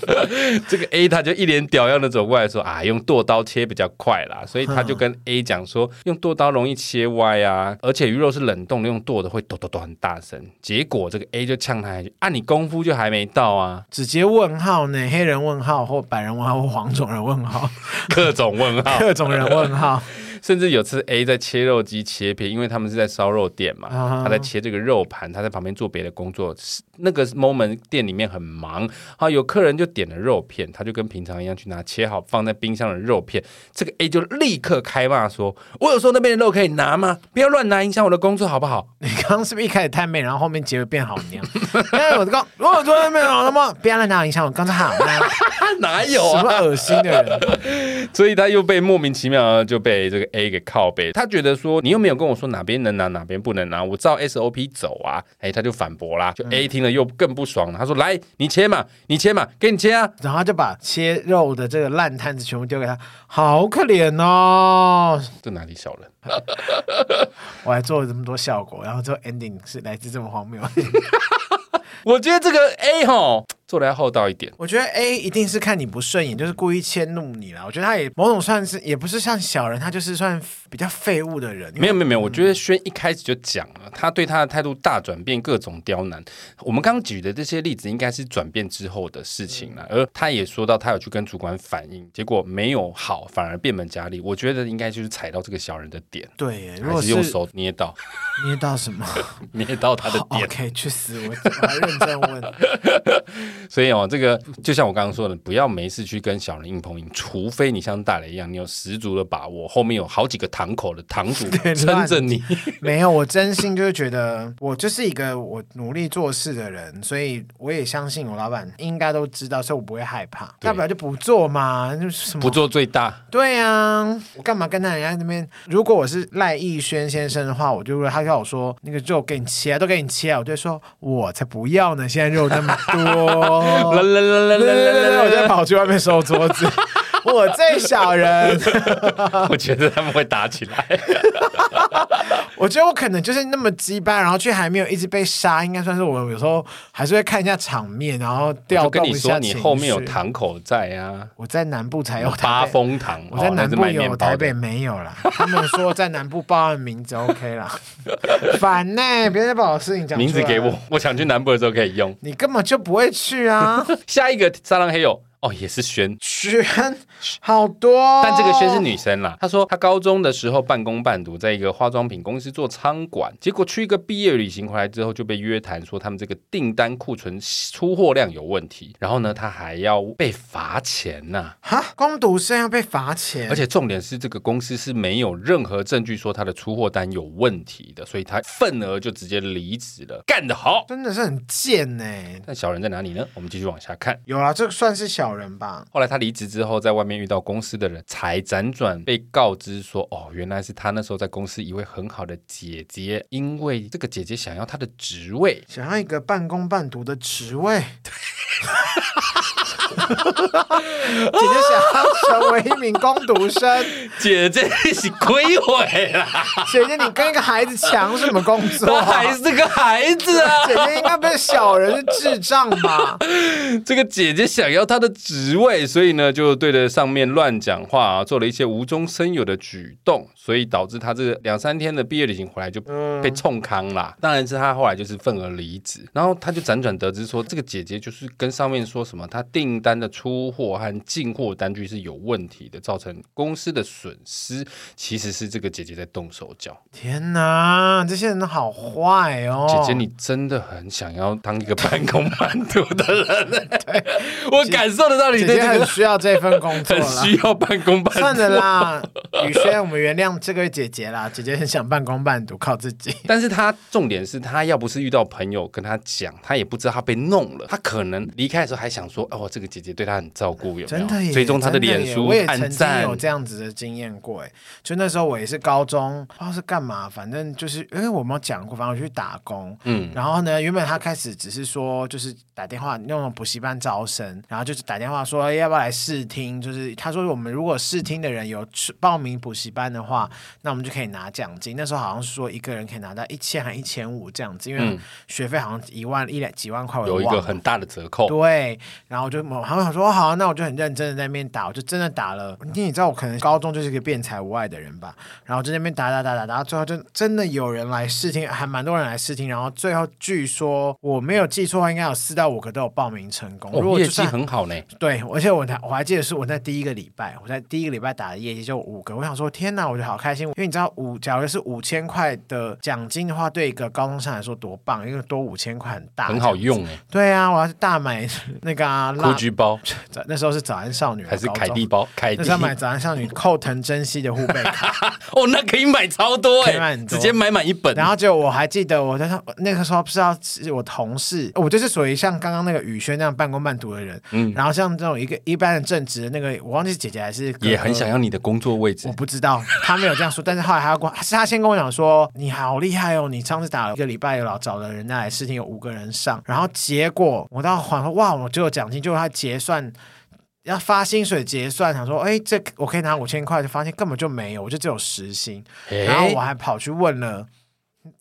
Speaker 2: 这个 A 他就一脸屌样的走过来说啊，用剁刀切比较快啦，所以他就
Speaker 1: 嗯
Speaker 2: 跟 A 讲说，用剁刀容易切歪啊，而且鱼肉是冷冻的，用剁的会剁剁剁很大声。结果这个 A 就呛他一句啊，你功夫就还没到啊，
Speaker 1: 直接问号呢？黑人问号或白人问号或黄种人问号，
Speaker 2: 各种问号。
Speaker 1: 各种人问号。
Speaker 2: 甚至有次 A 在切肉机切片，因为他们是在烧肉店嘛，
Speaker 1: 啊
Speaker 2: 他在切这个肉盘，他在旁边做别的工作。是那个 moment 店里面很忙，啊，有客人就点了肉片，他就跟平常一样去拿切好放在冰箱的肉片。这个 A 就立刻开骂说：“我有说那边的肉可以拿吗？不要乱拿，影响我的工作好不好
Speaker 1: 你刚刚是不是一开始太妹，然后后面结尾变好娘？因为我刚我有做太妹了吗？不要来拿我影响我刚才好吗？？”
Speaker 2: 哪有
Speaker 1: 什
Speaker 2: 啊？
Speaker 1: 么恶心的人？
Speaker 2: 所以他又被莫名其妙地就被这个 A 给靠背，他觉得说你又没有跟我说哪边能拿哪边不能拿，我照 SOP 走啊，哎，他就反驳啦，就 A 听了又更不爽了，他说来你切嘛，你切嘛，给你切啊，
Speaker 1: 然后他就把切肉的这个烂摊子全部丢给他，好可怜哦！
Speaker 2: 这哪里小人？
Speaker 1: 我还做了这么多效果，然后最后 ending 是来自这么荒谬。
Speaker 2: 我觉得这个 A 吼做的要厚道一点，
Speaker 1: 我觉得 A 一定是看你不顺眼，就是故意迁怒你了。我觉得他也某种算是也不是像小人，他就是算比较废物的人。因为
Speaker 2: 没有没有没有，我觉得轩一开始就讲了，他对他的态度大转变，各种刁难。我们刚刚举的这些例子，应该是转变之后的事情
Speaker 1: 嗯
Speaker 2: 了。而他也说到，他有去跟主管反映，结果没有好，反而变本加厉。我觉得应该就是踩到这个小人的点，
Speaker 1: 对耶，如
Speaker 2: 还
Speaker 1: 果
Speaker 2: 是
Speaker 1: 是
Speaker 2: 用手捏到
Speaker 1: 捏到什么
Speaker 2: 捏到他的点。
Speaker 1: ，OK，去死！我我还认真 问。
Speaker 2: 所以哦，这个就像我刚刚说的，不要没事去跟小人硬碰硬，除非你像大雷一样，你有十足的把握，后面有好几个堂口的堂 主
Speaker 1: 对
Speaker 2: 撑着你。
Speaker 1: 没有，我真心就是觉得我就是一个我努力做事的人，所以我也相信我老板应该都知道，所以我不会害怕。
Speaker 2: 对
Speaker 1: 大不了就不做嘛，就是什么
Speaker 2: 不做最大，
Speaker 1: 对呀、我干嘛跟他人家那边？如果我是赖逸轩先生的话，我就如果他叫我说那个肉给你切、啊，都给你切、啊，我就会说我才不要呢，现在肉那么多。
Speaker 2: 啦啦
Speaker 1: 哦
Speaker 2: 啦啦
Speaker 1: 对对对
Speaker 2: 啦啦
Speaker 1: 对
Speaker 2: 啦
Speaker 1: 对，我就跑去外面收桌子。我最小人，
Speaker 2: 我觉得他们会打起来。
Speaker 1: 我觉得我可能就是那么鸡巴，然后却还没有一直被杀，应该算是我有时候还是会看一下场面，然后 调
Speaker 2: 我跟
Speaker 1: 动一
Speaker 2: 你
Speaker 1: 下
Speaker 2: 说，
Speaker 1: 情
Speaker 2: 你
Speaker 1: 绪。
Speaker 2: 后面有堂口在啊，
Speaker 1: 我在南部才有
Speaker 2: 八
Speaker 1: 台北，
Speaker 2: 峰堂，
Speaker 1: 我在
Speaker 2: 哦
Speaker 1: 南
Speaker 2: 那是
Speaker 1: 部
Speaker 2: 卖
Speaker 1: 有，
Speaker 2: 面包
Speaker 1: 台
Speaker 2: 的
Speaker 1: 北没有啦。他们说在南部报案名字 OK 啦， 烦呢、别再把我事情讲出来
Speaker 2: 名字给我，， 我想去南部的时候可以用。
Speaker 1: 你根本就不会去 啊！
Speaker 2: 下一个沙浪黑友哦，也是轩。
Speaker 1: 轩好多哦、
Speaker 2: 但这个轩是女生啦，她说她高中的时候半工半读，在一个化妆品公司做仓管，结果去一个毕业旅行回来之后就被约谈说他们这个订单库存出货量有问题，然后呢她还要被罚钱呐、
Speaker 1: 哈，攻读生要被罚钱，
Speaker 2: 而且重点是，这个公司是没有任何证据说他的出货单有问题的，所以他份额就直接离职了，干得好。
Speaker 1: 真的是很贱呢、
Speaker 2: 但小人在哪里呢？我们继续往下看。
Speaker 1: 有啦，这个算是小人吧？
Speaker 2: 后来他离职之后，在外面遇到公司的人，才辗转被告知说，哦，原来是他那时候在公司一位很好的姐姐，因为这个姐姐想要他的职位，
Speaker 1: 想要一个半工半读的职位，姐姐想要成为一名工读生，
Speaker 2: 姐姐是归回啦，
Speaker 1: 姐姐你跟一个孩子抢什么工 作
Speaker 2: 他
Speaker 1: 啊？
Speaker 2: 还是个孩子啊。
Speaker 1: 姐姐应该不是小人，是智障吧？
Speaker 2: 这个姐姐想要她的职位，所以呢就对着上面乱讲话啊，做了一些无中生有的举动，所以导致她这个两三天的毕业旅行回来就被冲康啦。当然是她后来就是愤而离职，然后她就辗转得知说，这个姐姐就是跟上面说什么，她订单的出货和进货单据是有问题的，造成公司的损失，其实是这个姐姐在动手脚。
Speaker 1: 天哪，这些人好坏哦！
Speaker 2: 姐姐，你真的很想要当一个半工半读的 人、我感受得到你
Speaker 1: 姐
Speaker 2: 对
Speaker 1: 姐
Speaker 2: 这个
Speaker 1: 很需要这份工作
Speaker 2: 很
Speaker 1: 啦。
Speaker 2: 需要半工半
Speaker 1: 算
Speaker 2: 读。
Speaker 1: 了啦， 雨轩，我们原谅这位姐姐啦。姐姐很想半工半读，靠自己。
Speaker 2: 但是他重点是他要不是遇到朋友跟他讲，他也不知道他被弄了。他可能离开的时候还想说：“哦，这个个姐姐对她很照顾，有没有？
Speaker 1: 真的耶，
Speaker 2: 追踪她
Speaker 1: 真的
Speaker 2: 脸
Speaker 1: 耶
Speaker 2: 书
Speaker 1: 我也，曾
Speaker 2: 按
Speaker 1: 经
Speaker 2: 赞
Speaker 1: 有。这样子的经验过，哎，就那时候我也是高中，不知道是干嘛，反正就是因为我没有讲过，反正我去打工。
Speaker 2: 嗯，
Speaker 1: 然后呢，原本他开始只是说，就是打电话那种补习班招生，然后就是打电话说哎要不要来试听，就是他说我们如果试听的人有去报名补习班的话，那我们就可以拿奖金。那时候好像是说一个人可以拿到一千还一千五这样子，因为
Speaker 2: 嗯
Speaker 1: 学费好像一万一两几万块，我也
Speaker 2: 有一
Speaker 1: 忘了
Speaker 2: 个很大的折扣。哦
Speaker 1: 对，然后我就我还想说，哦好、那我就很认真的在那边打，我就真的打了。因为你知道，我可能高中就是一个辩才无碍的人吧，然后就在那边打打打打打，最后就真的有人来试听，还蛮多人来试听。然后最后据说我没有记错的话，应该有四到五个都有报名成功。如
Speaker 2: 哦，
Speaker 1: 果
Speaker 2: 业
Speaker 1: 就
Speaker 2: 绩
Speaker 1: 算
Speaker 2: 很好呢。
Speaker 1: 对，而且我还我还记得是我在第一个礼拜，我在第一个礼拜打的业绩就五个，我想说天哪，我就好开心，因为你知道五，假如是五千块的奖金的话，对一个高中生来说多棒，因为多五千块很大，
Speaker 2: 很好。用哎、
Speaker 1: 对啊，我要是大买那个啊，
Speaker 2: 欸，
Speaker 1: 蜡
Speaker 2: 菊包
Speaker 1: 早那时候是早安少女啊
Speaker 2: 还是
Speaker 1: 高中
Speaker 2: 凯蒂包？凯
Speaker 1: 那
Speaker 2: 蒂
Speaker 1: 时候买早安少女寇腾珍惜的护贝 卡，
Speaker 2: 哦，那可以买超多
Speaker 1: 可以
Speaker 2: 哎、
Speaker 1: 买
Speaker 2: 欸，
Speaker 1: 很多
Speaker 2: 直接买满一本。
Speaker 1: 然后就我还记得我在那那个时候不知道是我同事，我就是属于像刚刚那个宇轩那样半工半读的人，
Speaker 2: 嗯
Speaker 1: 然后像这种一个一般的正职的那个，我忘记是姐姐还是哥哥
Speaker 2: 也很想要你的工作位置
Speaker 1: 我，不知道， 他没有这样说，但是后来他跟我是他先跟我讲说，你好厉害哦，你上次打了一个礼拜有老找了人家来试听，有五个人上，然后结果我到想说哇，我就有奖金，结果他结算。要发薪水结算，想说，哎、这我可以拿五千块，就发现根本就没有，我就只有时薪。
Speaker 2: 哎、
Speaker 1: 然后我还跑去问了，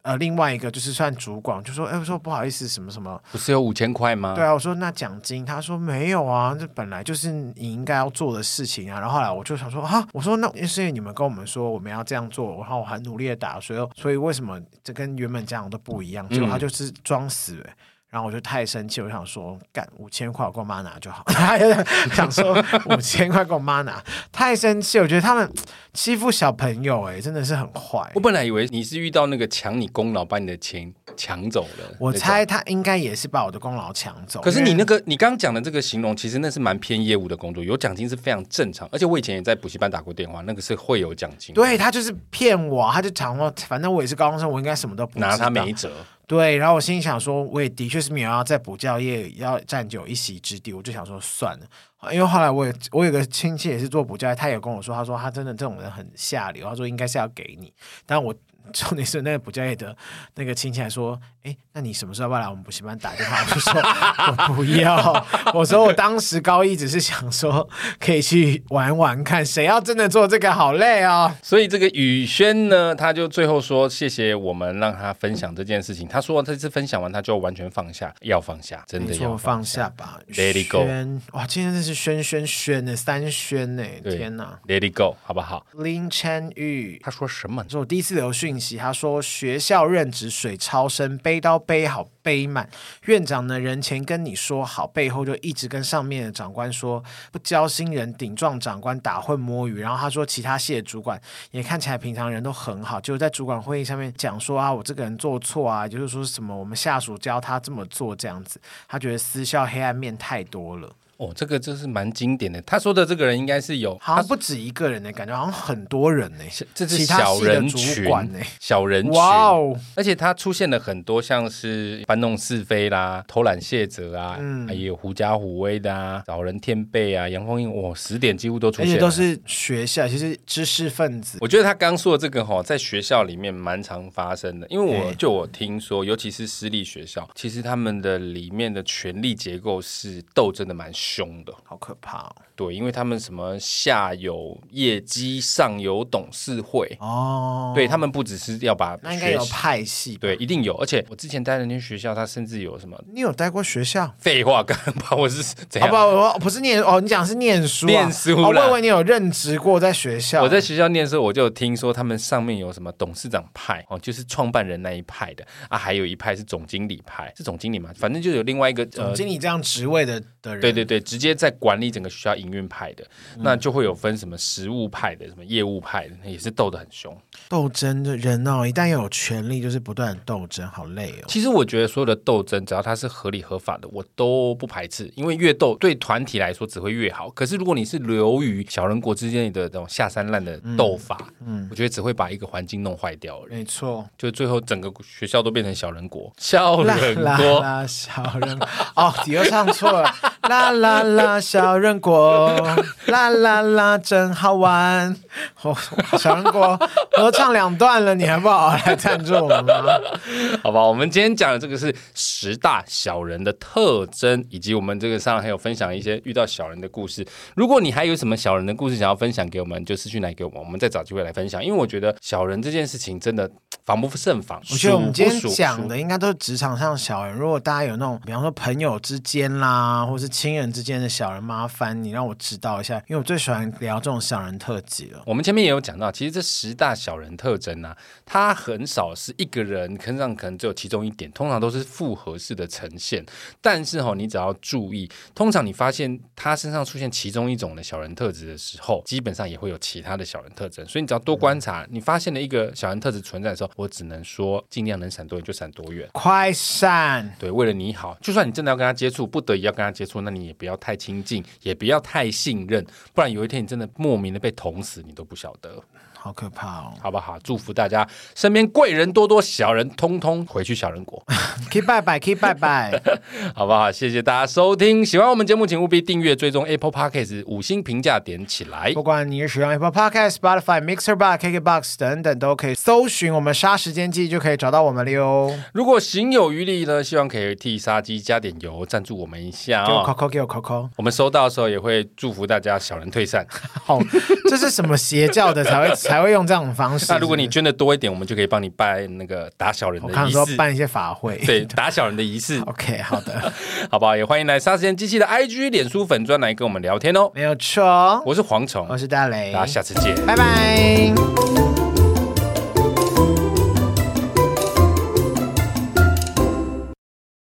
Speaker 1: 呃，另外一个就是算主管，就说，哎、我说不好意思，什么什么，
Speaker 2: 不是有五千块吗？
Speaker 1: 对啊，我说那奖金，他说没有啊，这本来就是你应该要做的事情啊。然后后来我就想说啊，我说那是因为你们跟我们说我们要这样做，然后我很努力的打，所以所以为什么这跟原本讲的都不一样？结果
Speaker 2: 嗯
Speaker 1: 他就是装死、欸然后我就太生气，我想说，干五千块我跟我妈拿就好。 想说五千块跟我妈拿，太生气。我觉得他们欺负小朋友、欸，哎，真的是很坏、
Speaker 2: 我本来以为你是遇到那个抢你功劳，把你的钱抢走了。
Speaker 1: 我
Speaker 2: 那种
Speaker 1: 猜他应该也是把我的功劳抢走。
Speaker 2: 可是
Speaker 1: 因为
Speaker 2: 你那个你刚刚讲的这个形容，其实那是蛮偏业务的工作，有奖金是非常正常。而且我以前也在补习班打过电话，那个是会有奖金，，
Speaker 1: 对他就是骗我，啊他就讲说，反正我也是高中生，我应该什么都不知道
Speaker 2: 拿他没辙。
Speaker 1: 对。然后我心里想说，我也的确是没有要在补教业要占有一席之地，我就想说算了，因为后来我也我有个亲戚也是做补教业，他也跟我说，他说他真的这种人很下流，他说应该是要给你，但我。重点是那个补教业的那个亲戚还说：“哎，那你什么时候要不要来我们补习班打电话？”我就说：“我不要。”我说：“我当时高一只是想说可以去玩玩看，谁要真的做这个好累哦。”
Speaker 2: 所以这个宇轩呢，他就最后说谢谢我们让他分享这件事情。他说这次分享完，他就完全放下，要放下，真
Speaker 1: 没
Speaker 2: 的
Speaker 1: 错，
Speaker 2: 要
Speaker 1: 放
Speaker 2: 下。
Speaker 1: 下吧。
Speaker 2: Let it go
Speaker 1: 轩哇，今天真是轩轩轩呢，欸三轩呢，
Speaker 2: 对
Speaker 1: 天哪！
Speaker 2: Let it go，好不好？
Speaker 1: 林千玉，
Speaker 2: 他说什么
Speaker 1: 他？说我第一次留讯息，他说学校任职水超生，背刀背好背满，院长呢人前跟你说好，背后就一直跟上面的长官说不教新人，顶撞长官打混摸鱼。然后他说其他系的主管也看起来平常人都很好，就是在主管会议上面讲说啊我这个人做错啊，也就是说什么我们下属教他这么做这样子，他觉得私校黑暗面太多了。
Speaker 2: 哦，这个真是蛮经典的。他说的这个人应该是有，
Speaker 1: 好
Speaker 2: 他
Speaker 1: 像不止一个人呢、感觉好像很多人呢、
Speaker 2: 这是
Speaker 1: 其他
Speaker 2: 小
Speaker 1: 系的
Speaker 2: 人
Speaker 1: 主
Speaker 2: 群
Speaker 1: 管呢、，
Speaker 2: 小人群。
Speaker 1: 哇哦！
Speaker 2: 而且他出现了很多像是搬弄是非啦、偷懒卸责啊，
Speaker 1: 嗯
Speaker 2: 还有狐假虎威的啊、找人垫背啊、阳光硬，哇，十点几乎都出
Speaker 1: 而
Speaker 2: 现
Speaker 1: 且
Speaker 2: 了
Speaker 1: 都是学校，其实知识分子。
Speaker 2: 我觉得他刚说的这个哈，在学校里面蛮常发生的，因为我
Speaker 1: 对
Speaker 2: 就我听说，尤其是私立学校，其实他们的里面的权力结构是斗争的蛮凶的，
Speaker 1: 好可怕哦！
Speaker 2: 对，因为他们什么下有业绩，上有董事会，
Speaker 1: 哦
Speaker 2: 对他们不只是要把
Speaker 1: 那应该
Speaker 2: 学
Speaker 1: 有
Speaker 2: 习，
Speaker 1: 派系。
Speaker 2: 对，，一定有，而且我之前待的那些学校，它甚至有什么
Speaker 1: 你有待过学校？
Speaker 2: 废话， 干嘛？我是怎
Speaker 1: 哦
Speaker 2: 样
Speaker 1: 不，？我不是念哦，你讲是念书啊，
Speaker 2: 念书啦
Speaker 1: 哦我以为你有任职过在学校。
Speaker 2: 我在学校念的时候，我就有听说他们上面有什么董事长派哦，就是创办人那一派的啊，还有一派是总经理派，是总经理嘛？反正就有另外一个
Speaker 1: 总
Speaker 2: 呃，
Speaker 1: 经理这样职位的的人，嗯
Speaker 2: 对对对，直接在管理整个学校营运派的，那就会有分什么实务派的，什么业务派的，也是斗得很凶。
Speaker 1: 斗争的人哦，一旦有权利，就是不断的斗争，好累哦。
Speaker 2: 其实我觉得所有的斗争，只要它是合理合法的，我都不排斥，因为越斗对团体来说只会越好。可是如果你是流于小人国之间的这种下三滥的斗法，我觉得只会把一个环境弄坏掉而已。
Speaker 1: 没错，
Speaker 2: 就最后整个学校都变成小人国，小
Speaker 1: 啦
Speaker 2: 人
Speaker 1: 啦
Speaker 2: 国。
Speaker 1: 啦，小人哦，你又唱错了。啦啦啦，小人国，啦啦啦，真好玩。哦、小人国，我都唱两段了，你还不好好来赞助我们吗？
Speaker 2: 好吧，我们今天讲的这个是十大小人的特征，以及我们这个上还有分享一些遇到小人的故事。如果你还有什么小人的故事想要分享给我们，就私讯来给我们，我们再找机会来分享。因为我觉得小人这件事情真的防不胜防，
Speaker 1: 我觉得我们今
Speaker 2: 数不
Speaker 1: 天
Speaker 2: 数
Speaker 1: 讲的应该都是职场上小人。如果大家有那种，比方说朋友之间啦，或是亲人之间的小人，麻烦你让我知道一下，因为我最喜欢聊这种小人特辑了。
Speaker 2: 我们前面也有讲到，其实这十大小人特征啊，它很少是一个人身上可能只有其中一点，通常都是复合式的呈现。但是哦，你只要注意，通常你发现他身上出现其中一种的小人特质的时候，基本上也会有其他的小人特征。所以你只要多观察，你发现了一个小人特质存在的时候，我只能说尽量能闪多远就闪多远。
Speaker 1: 快闪！
Speaker 2: 对，为了你好，就算你真的要跟他接触，不得已要跟他接触，那你也不要太亲近，也不要太信任，不然有一天你真的莫名的被捅死，你都不晓得。
Speaker 1: 好可怕 哦
Speaker 2: 好不好？祝福大家身边贵人多多，小人通通回去小人国，
Speaker 1: ！Keep 拜拜，Keep 拜拜。
Speaker 2: 好不好？谢谢大家收听，喜欢我们节目，请务必订阅、追踪 Apple Podcast 五星评价点起来
Speaker 1: 不。管你是使用 Apple Podcast、Spotify、Mixer Bar、KKBox 等等，都可以搜寻我们“杀时间记”就可以找到我们了哟。
Speaker 2: 如果行有余力呢，希望可以替杀鸡加点油，赞助我们一下
Speaker 1: 给我
Speaker 2: 哦。
Speaker 1: Coco，给我 Coco。
Speaker 2: 我们收到的时候也会祝福大家小人退散。
Speaker 1: 好，这是什么邪教的才会才会用这种方式？
Speaker 2: 那如果你捐的多一点，我们就可以帮你办那个打小人
Speaker 1: 我
Speaker 2: 的
Speaker 1: 看
Speaker 2: 仪
Speaker 1: 说
Speaker 2: 式。
Speaker 1: 办一些法会，
Speaker 2: 对，打小人的仪式，
Speaker 1: ，OK，好 的，
Speaker 2: 好不好？也欢迎来杀时间机器的 IG、脸书粉专来跟我们聊天哦。
Speaker 1: 没有错。
Speaker 2: 我是蝗虫
Speaker 1: 我，是大
Speaker 2: 大
Speaker 1: 雷，
Speaker 2: 家下次见。
Speaker 1: 拜拜。